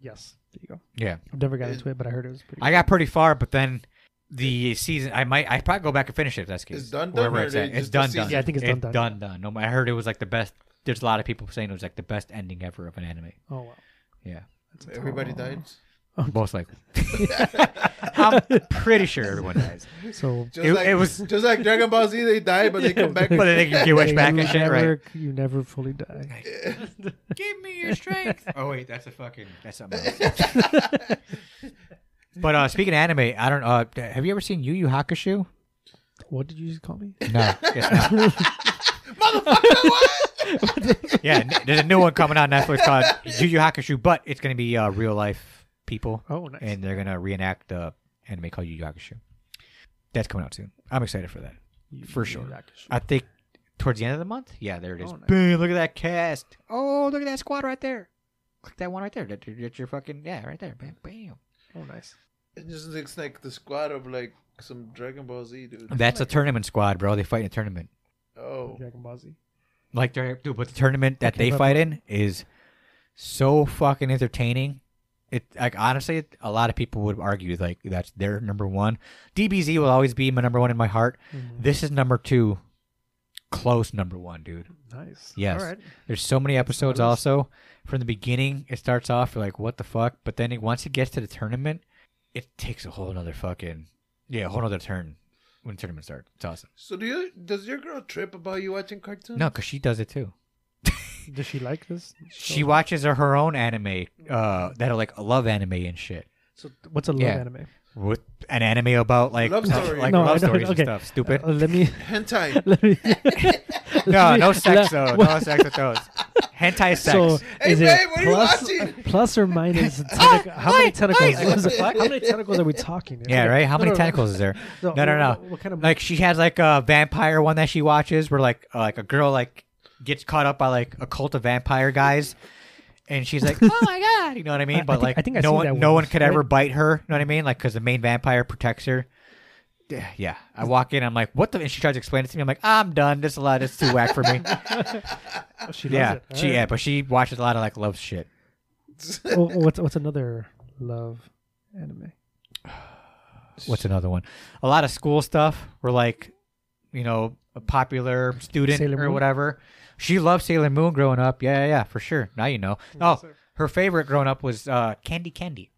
Yes, there you go. Yeah, I've never got into it, but I heard it was pretty. I got pretty far, but then the season. I might. I probably go back and finish it. If that's the case. It's done, done, Wherever or it's they at. It's just the done, season- done. Yeah, I think it's done, done. Done, done. No, I heard it was like the best. There's a lot of people saying it was like the best ending ever of an anime. oh wow, Yeah, That's a Everybody tall- died. most likely. I'm pretty sure everyone dies. So Just It- like it was- just like Dragon Ball Z, they die, but they come back. But then they can get wish Yeah, back you and shit, never, right? You never fully die. Give me your strength. Oh wait, that's a fucking that's something else. but uh, speaking of anime, I don't. Uh, have you ever seen Yu Yu Hakusho? What did you just call me? No, guess not. Motherfucker, what? yeah, n- there's a new one coming on Netflix called Yu Yu Hakusho, but it's gonna be uh, real life people, Oh, nice. and they're gonna reenact the anime called Yu Yu Hakusho. That's coming out soon. I'm excited for that. You- for you sure. like a sh- I think towards the end of the month. Yeah, there it is. Oh, nice. Boom! Look at that cast. Oh, look at that squad right there. Look at that one right there. That, that's your fucking yeah, right there. Bam, bam. Oh, nice. It just looks like the squad of like some Dragon Ball Z dude. That's a tournament squad, bro. They fight in a tournament. oh, Dragon Ball Z. Like they're dude, but the tournament that Okay, they but- fight in is so fucking entertaining. It like honestly, a lot of people would argue like that's their number one. DBZ will always be my number one in my heart. Mhm. This is number two, close number one, dude. Nice. Yes. All right. There's so many episodes also. From the beginning, it starts off you're like, what the fuck? But then it, once it gets to the tournament, it takes a whole nother fucking yeah, a whole nother turn when the tournament starts. It's awesome. so do you? Does your girl trip about you watching cartoons? No, because she does it too. Does she like this? She watches her, her own anime, uh, that'll like love anime and shit. So what's a love Yeah. anime? With an anime about like Love story. like No, I love know, stories okay. and stuff. Stupid. Uh, let me. hentai. Let me. no, let no me- sex though. let- No sex with those. Hentai sex. So Hey, is babe, it what are you plus, watching? plus or minus? tentac- how Ah, many wait, tentacles? wait, what the how fuck? many tentacles are we talking? yeah, Okay. right? How No, many no, no. tentacles is there? No, no, no, no. What, what kind of like she has like a vampire one that she watches where like uh, like a girl like gets caught up by like a cult of vampire guys and she's like oh my god you know what i mean I- I but think- like I think I no seen one that no one, one could ever right? bite her you know what i mean like because the main vampire protects her yeah, yeah. i walk in i'm like what the and she tries to explain it to me i'm like i'm done this is a lot it's too whack for me oh, she loves yeah it. All she right. yeah but she watches a lot of like love shit Oh, oh, what's what's another love anime? what's another one a lot of school stuff where like you know a popular student Sailor or Moon? whatever she loved sailor moon growing up yeah yeah, yeah for sure now you know oh her favorite growing up was uh, candy candy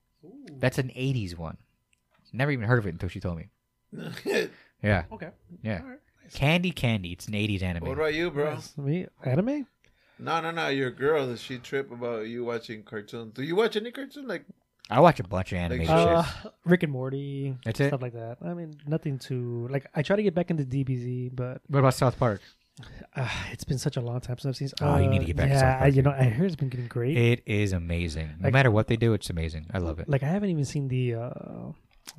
that's an 80s one never even heard of it until she told me yeah Okay. yeah Alright, nice. candy candy it's an 80s anime what about you, bro? Nice. Me anime? No, no, no. Your girl, does she trip about you watching cartoons? Do you watch any cartoon? Like, i watch a bunch of anime Like, shit Uh, Rick and Morty. That's it? Stuff like that. I mean, nothing too like. I try to get back into DBZ, but what about south park uh, it's been such a long time since I've seen. Oh, you need to get back to Yeah, South I, Park. you know, I hear it's been getting great. it is amazing no Like- matter what they do it's amazing i love it Like I haven't even seen the uh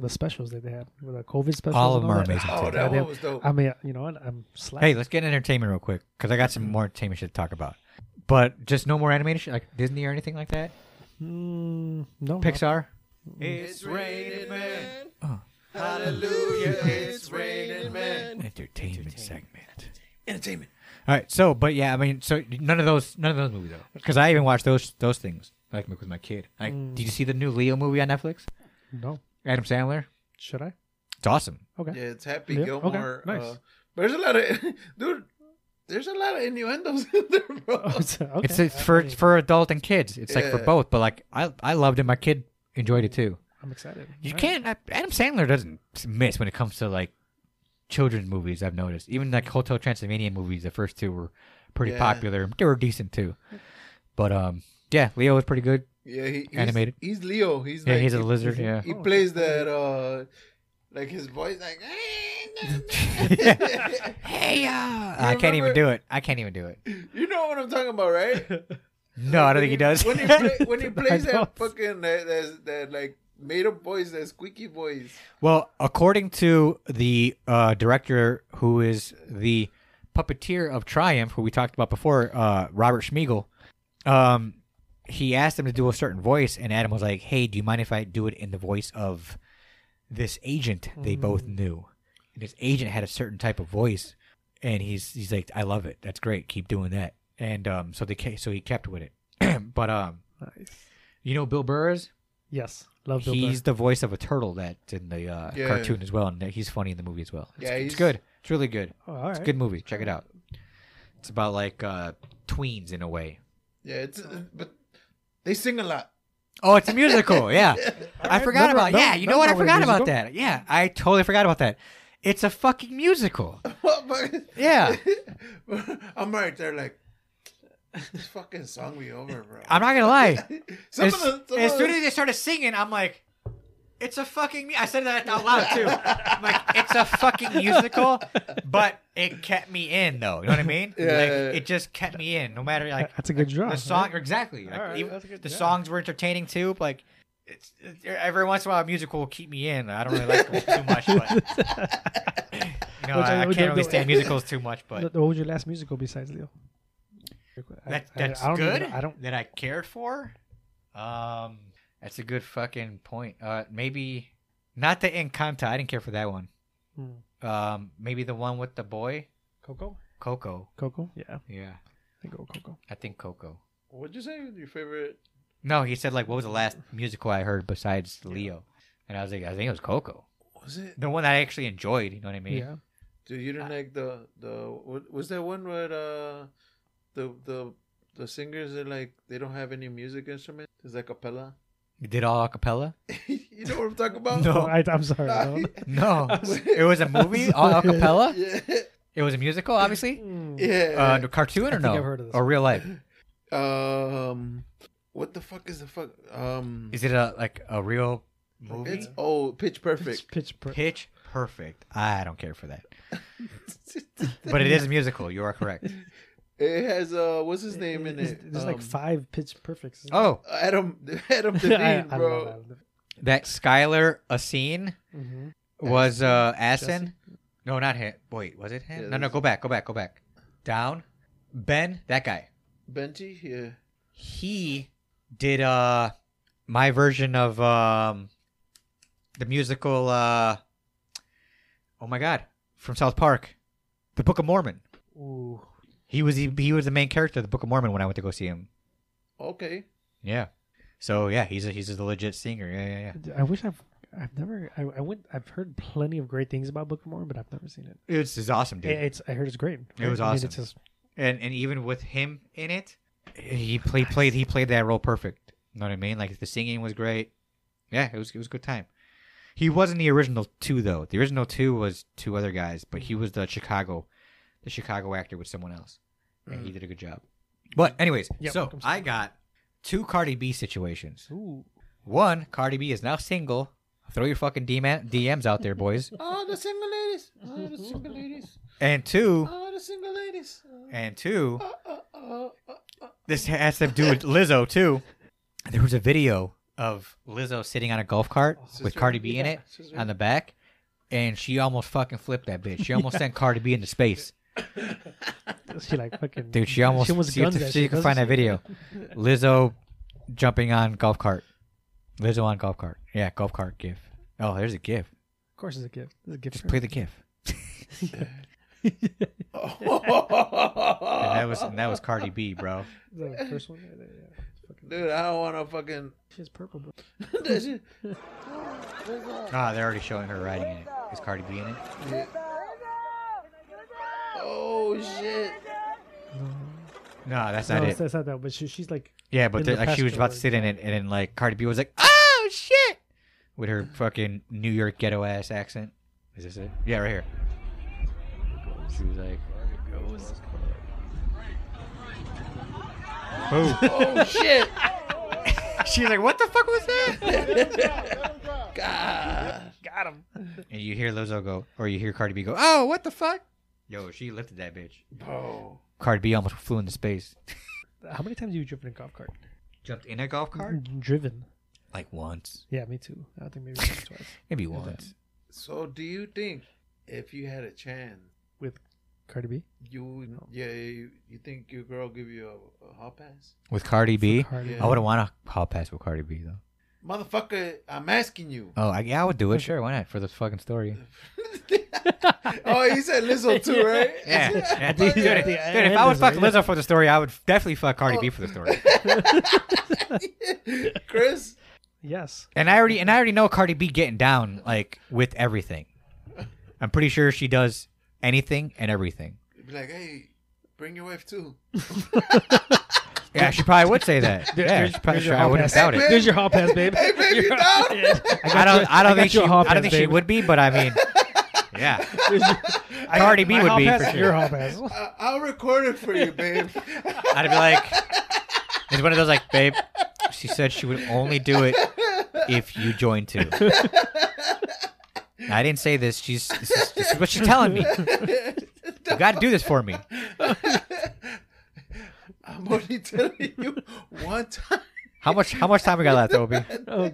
the specials that they have, the COVID specials. all of and them are that. amazing oh, too. that Goddamn. one was dope. I mean, you know, what? I'm slapping. Hey, let's get entertainment real quick because I got Mm-hmm. some more entertainment shit to talk about. But just no more animated shit like Disney or anything like that. Mm, no, Pixar. Uh-huh. It's raining man. Oh. Hallelujah. It's raining man. Entertainment, segment. Entertainment. All right. So, but yeah, I mean, so none of those, none of those movies though, because I even watched those those things like with my kid. Like, Mm. did you see the new Leo movie on Netflix? no. Adam Sandler. Should I? It's awesome. Okay. Yeah, it's Happy Yeah, okay, Gilmore. nice. uh, but there's a lot of, dude, there's a lot of innuendos in there, bro. Oh. It's- okay. It's, it's for it's for adult and kids. It's like for Yeah. both. But like, I I loved it. My kid enjoyed it too. I'm excited. You All right. can't. I- Adam Sandler doesn't miss when it comes to like children's movies. I've noticed even like Hotel Transylvania movies. The first two were pretty Yeah. popular. They were decent too. But um, yeah, Leo was pretty good. Yeah, he, he's, Animated. He's Leo. He's Yeah, like, he's a he- lizard. Yeah, He Oh, plays that, uh, like his voice, like. hey, uh, I can't even remember- do it. I can't even do it. you know what I'm talking about, right? No, I don't think he does. When he, play, when he I plays that don't. fucking that, that, that like made up voice, that squeaky voice. Well, according to the uh, director, who is the puppeteer of Triumph, who we talked about before, uh, Robert Schmiegel, um, he asked him to do a certain voice, and Adam was like, "Hey, do you mind if I do it in the voice of this agent they both knew?" And his agent had a certain type of voice, and he's he's like, "I love it. That's great. Keep doing that." And um, so they ca- so he kept with it, but um, Nice. You know Bill Burr is? Yes, love Bill he's Burr. the voice of a turtle that's in the uh, Yeah. cartoon as well, and he's funny in the movie as well. It's, Yeah, it's he's- good. It's really good. Oh, all It's right. a good movie. Check it out. It's about like uh, tweens in a way. Yeah, it's but they sing a lot. Oh, it's a musical. Yeah, I Alright, forgot remember- about. Yeah, remember- you know what? I remember when forgot it about was a that. Yeah, I totally forgot about that. It's a fucking musical. Yeah. I'm right there, like this fucking song be over, bro. I'm not gonna lie. Some as, of the- some as of soon the- as they started singing, I'm like, it's a fucking. mu-" I said that out loud too. I'm like, it's a fucking musical, but it kept me in though. You know what I mean? Yeah, like, yeah, yeah. It just kept me in, no matter like That's a good draw. the song exactly. Like, Alright, even- that's a good the job. songs were entertaining too. but, Like it's, it- every once in a while, a musical will keep me in. I don't really like them too much, but you know, Which I I, I would can't do- really stand musicals too much. But what was your last musical besides Leo? I- that, I- that's I don't good. even- I don't. that I cared for. Um, that's a good fucking point. Uh, maybe not the Encanto. I didn't care for that one. Hmm. Um, maybe the one with the boy Coco. Coco. Coco. Yeah, I Yeah, think go with Coco. I think Coco. What'd you say? was Your favorite? No, he said like, what was the last musical I heard besides Leo? And I was like, I think it was Coco. Was it? the one that I actually enjoyed. You know what I mean? Yeah. Dude, you didn't like the the what was that one where uh the the the singers are like they don't have any music instrument. It's like a cappella. You did all a cappella? you know what I'm talking about? No. Oh, I, I'm sorry. I don't. No, was- it was a movie all a cappella. yeah, It was a musical, obviously. Hmm. Uh, yeah. the cartoon or think no? I've heard of this. Or real life? um, what the fuck is the fuck? Um, Is it a like a real movie? it's oh, Pitch It's Perfect. pitch perfect. Pitch Perfect. I don't care for that, but it is a musical. You are correct. it has uh, what's his name in There's- it? There's like Um, five pitch perfects. isn't Oh, Adam Adam there? I- I Devine, don't know bro. Mm-hmm. about it. that Skylar Asin Mhm. was uh Asin. Jesse? No, not him. Wait, was it him? Yeah, no, no. that's- Go back. Go back. Go back. Down. Ben. That guy. Benji, yeah. he did uh my version of um the musical uh oh my god from South Park the Book of Mormon Ooh. he was he, was the main character of the Book of Mormon when I went to go see him Okay. yeah so yeah he's a he's a legit singer yeah yeah yeah I wish I've I've never I, I went I've heard plenty of great things about Book of Mormon, but I've never seen it. it's, it's awesome dude It- It's I heard it's great. It was I mean, awesome. it's just- and and even with him in it he played played he played that role perfect you know what I mean like the singing was great yeah it was it was a good time He wasn't the original two though. The original two was two other guys, but Mm-hmm. he was the Chicago, the Chicago actor with someone else, and he did a good job. But anyways, Mm. Yep, so I'm sorry. I got two Cardi B situations. ooh. One, Cardi B is now single. Throw your fucking DM- DMs out there, boys. Oh, the single ladies. Oh, the single ladies. And two, Oh, the single ladies. Oh, and two, oh, oh, oh, oh. this has to do with Lizzo too. There was a video of Lizzo sitting on a golf cart with Sister- Cardi B in yeah, it sister. on the back, and she almost fucking flipped that bitch. She almost sent Cardi B into space. She like fucking Dude, she almost. see if, guns that see if you shit, can find that video. doesn't Lizzo jumping on golf cart. Lizzo on golf cart. Yeah, golf cart gif. Oh, there's a gif. she? Of course, it's a gift. It's a gift. Just for her. play the gif. And that that was and that was Cardi B, bro. the first one. Yeah, yeah, yeah. Fucking- Dude, I don't want to fucking. She's purple, bro. That shit- Ah, they're already showing her riding in it. Is Cardi B in it? oh shit! No, that's No, not it's, it. it's not that. But she, she's like, Yeah, but in they're- the like she was pasture about to or- sit in it, and then like Cardi B was like, "Oh shit," with her fucking New York ghetto ass accent. Is this it? Yeah, right here. She was like, "Who?" Oh shit! She's like, "What the fuck was that?" God. got him. and you hear Lizzo go, or you hear Cardi B go, "Oh, what the fuck?" Yo, she lifted that bitch. Bro. Cardi B almost flew into space. How many times have you driven a golf cart? Mm-hmm. Jumped in a golf cart? Driven. Like once, Yeah, me too. I think maybe once or twice maybe once. So, do you think if you had a chance, with Cardi B. you would- yeah you, you think your girl give you a, a hot pass? With Cardi B, Cardi Yeah. I wouldn't want to hall pass with Cardi B though. Motherfucker, I'm asking you. Oh, I, yeah, I would do it. Sure, why not? For the fucking story. oh, he said Lizzo too, right? Yeah. yeah. think- Dude, I think- dude, I if had I would Lizzo, fuck yeah. Lizzo for the story, I would definitely fuck Cardi B for the story. Chris, Yes. And I already and I already know Cardi B getting down like with everything. I'm pretty sure she does anything and everything. be like, hey, bring your wife too. Yeah, she probably would say that. Yeah, she probably There's sure, your I hall wouldn't pass. doubt it. There's your hall pass, babe. Hey, babe, you down? I don't I don't think she you a hall I don't pass, think she babe. would be, but I mean, yeah, There's your- Cardi B my would hall be pass for and sure. Your hall pass. I- I'll record it for you, babe. I'd be like, it's one of those like, babe. She said she would only do it if you joined too. I didn't say this. She's this is, this is what she's telling me. You got to do this for me. I'm only telling you one time. How much? How much time we got left, Obi? Oh.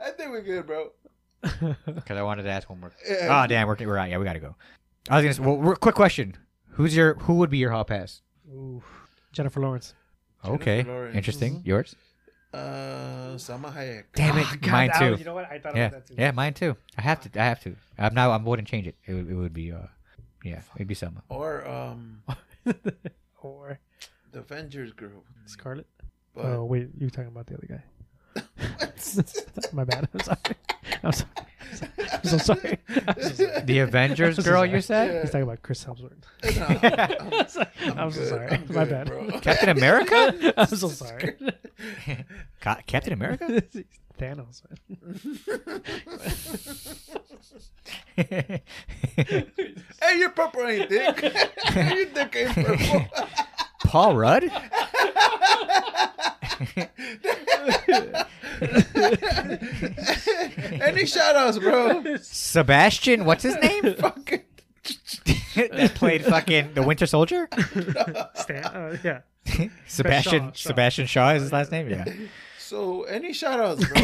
I think we're good, bro. Because I wanted to ask one more. Yeah. Oh damn, we're, we're out. Yeah, we gotta go. I was gonna say, well, re- quick question: Who's your who would be your hot pass? Ooh. Jennifer Lawrence. Jennifer Okay, Lawrence. interesting. Yours? Uh, Salma Hayek. Damn it, mine too. you know what? I thought yeah, about that too. yeah, mine too. I have to. I have to. I'm now. I wouldn't change it. It would, it would be. uh Yeah, it'd be Selma. Or um, Or the Avengers group. Scarlet. But Oh wait, you were talking about the other guy. My bad. I'm sorry. I'm sorry. I'm so sorry. I'm so sorry. The Avengers girl, you said? Yeah. He's talking about Chris Hemsworth. No, I'm, so good, sorry. I'm My good, bad. bro. Captain America? I'm so sorry. Ca- Captain America? Thanos. man. hey, you're purple ain't dick. your dick ain't purple. Paul Rudd? Any shout outs, bro? Sebastian? What's his name? Fucking that played fucking the Winter Soldier? Stan. Uh, yeah. Sebastian Shaw. Sebastian Shaw is his last name. Yeah. So, any shout outs, bro?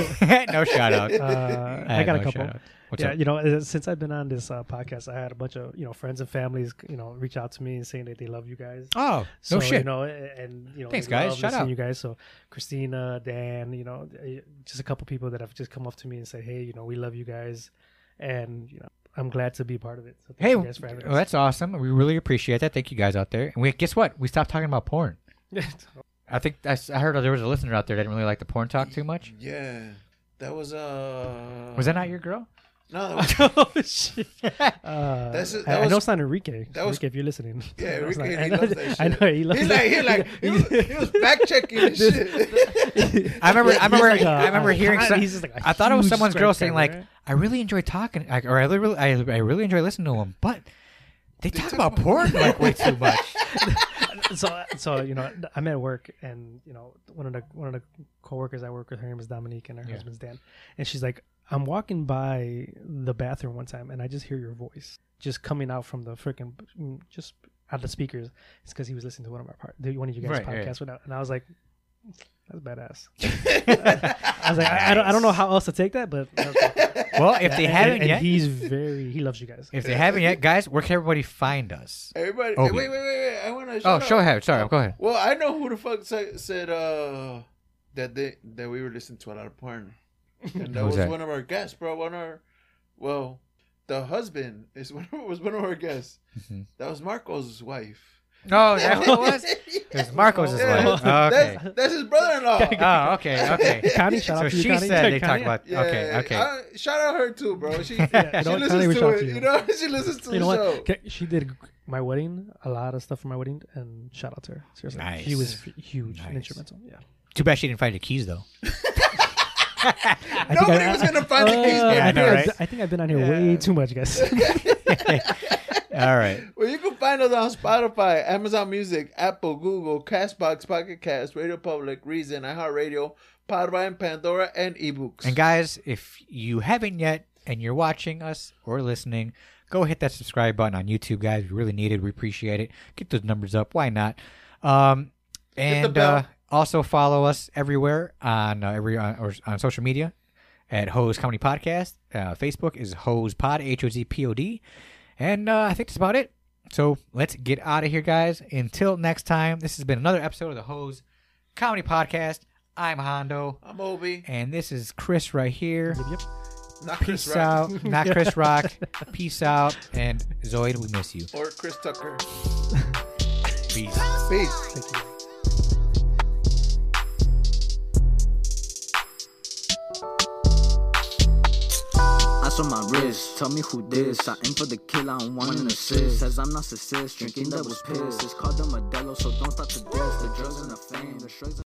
no shout out. Uh, I, got no a couple. shout-out. What's yeah, up? you know, uh, since I've been on this uh, podcast, I had a bunch of you know friends and families, you know, reach out to me and saying that they love you guys. Oh no So, shit! You know, and you know, Thanks, they guys. love Shout listening out. to you guys. So Christina, Dan, you know, eh, just a couple people that have just come up to me and said, "Hey, you know, we love you guys," and you know, I'm glad to be part of it. So thank hey, you guys for having well, that's awesome. We really appreciate that. Thank you guys out there. And we guess what? We stopped talking about porn. us. I think I, s- I heard there was a listener out there that didn't really like the porn talk too much. Yeah. That was, uh. Was that not your girl? No, that was. oh shit! Uh, That's- that I, I was- know it's not Enrique. that was- Enrique, if you're listening. Yeah, No, it's Ricky, not. he I know- loves that shit. I know he loves He's like, he that. like, he was, he was back checking and shit. I remember. I remember. like a- I remember a hearing. con- some, he's just like a I thought it was huge someone's girl saying strength like, guy, right? "I really enjoy talking, like, or I really, I, I really enjoy listening to him, but they, talk about porn like way too much." so so you know I'm at work and you know one of the one of the coworkers I work with her name is Dominique and her Yeah. husband's Dan and she's like I'm walking by the bathroom one time and I just hear your voice just coming out from the freaking mm, just out the speakers it's because he was listening to one of our part one of you guys Right, right. podcasts without and I was like that's badass I was like I, I, don't, I don't know how else to take that but Well, if they haven't and, and yet, he's very he loves you guys if they haven't yet, guys, where can everybody find us? Everybody, Obi. wait, wait, wait, wait. I want to. Oh, show ahead. Sorry, go ahead. Well, I know who the fuck sa- said uh, that they that we were listening to a lot of porn, and that Who's was that? one of our guests, bro. One of our, well, the husband is one of, was one of our guests. Mhm. That was Marco's wife. No, Oh, that who it was. Yeah. It was Marcos' Yeah, wife. that's- Okay. that's, that's his brother-in-law. Oh, okay, okay. Connie shout So out to you she Connie. said they Connie. talk about. Yeah, Okay, okay. I- shout out her too, bro. She, Yeah, she don't- listens Connie, we to shout it. to you. you. know, she listens to you the know show. what? Ca- She did my wedding, a lot of stuff for my wedding, and shout out to her. Seriously, she was Nice. f- huge Nice. and instrumental. Yeah, Too bad she didn't find your keys though. I Nobody was gonna find the uh, keys, man. I, Yeah, I know, think I've- right? I think I've been on here way too much, guys. All right. Well, you can find us on Spotify, Amazon Music, Apple, Google, Castbox, Pocket Cast, Radio Public, Reason, iHeartRadio, Podvine, Pandora, and eBooks. And guys, if you haven't yet and you're watching us or listening, go hit that subscribe button on YouTube, guys. We really need it. We appreciate it. Get those numbers up. Why not? Um, the and bell. uh, also follow us everywhere on uh, every on, or, on social media at Hose Comedy Podcast. Uh, Facebook is Hose Pod H O Z P O D. And uh, I think that's about it. So let's get out of here, guys. Until next time, this has been another episode of the Hose Comedy Podcast. I'm Hondo, I'm Obi. and this is Chris right here. Yep, yep. Not Chris Peace Rock. out, not Chris Rock. Peace out, and Zoid, we miss you. Or Chris Tucker. Peace. Peace. Thank you. Ice on my wrist, tell me who this. I aim for the kill, I don't want an assist. Says I'm narcissist, drinking that was piss. It's called the Modelo, so don't talk to this. The drugs and the fame, the shrugs. and-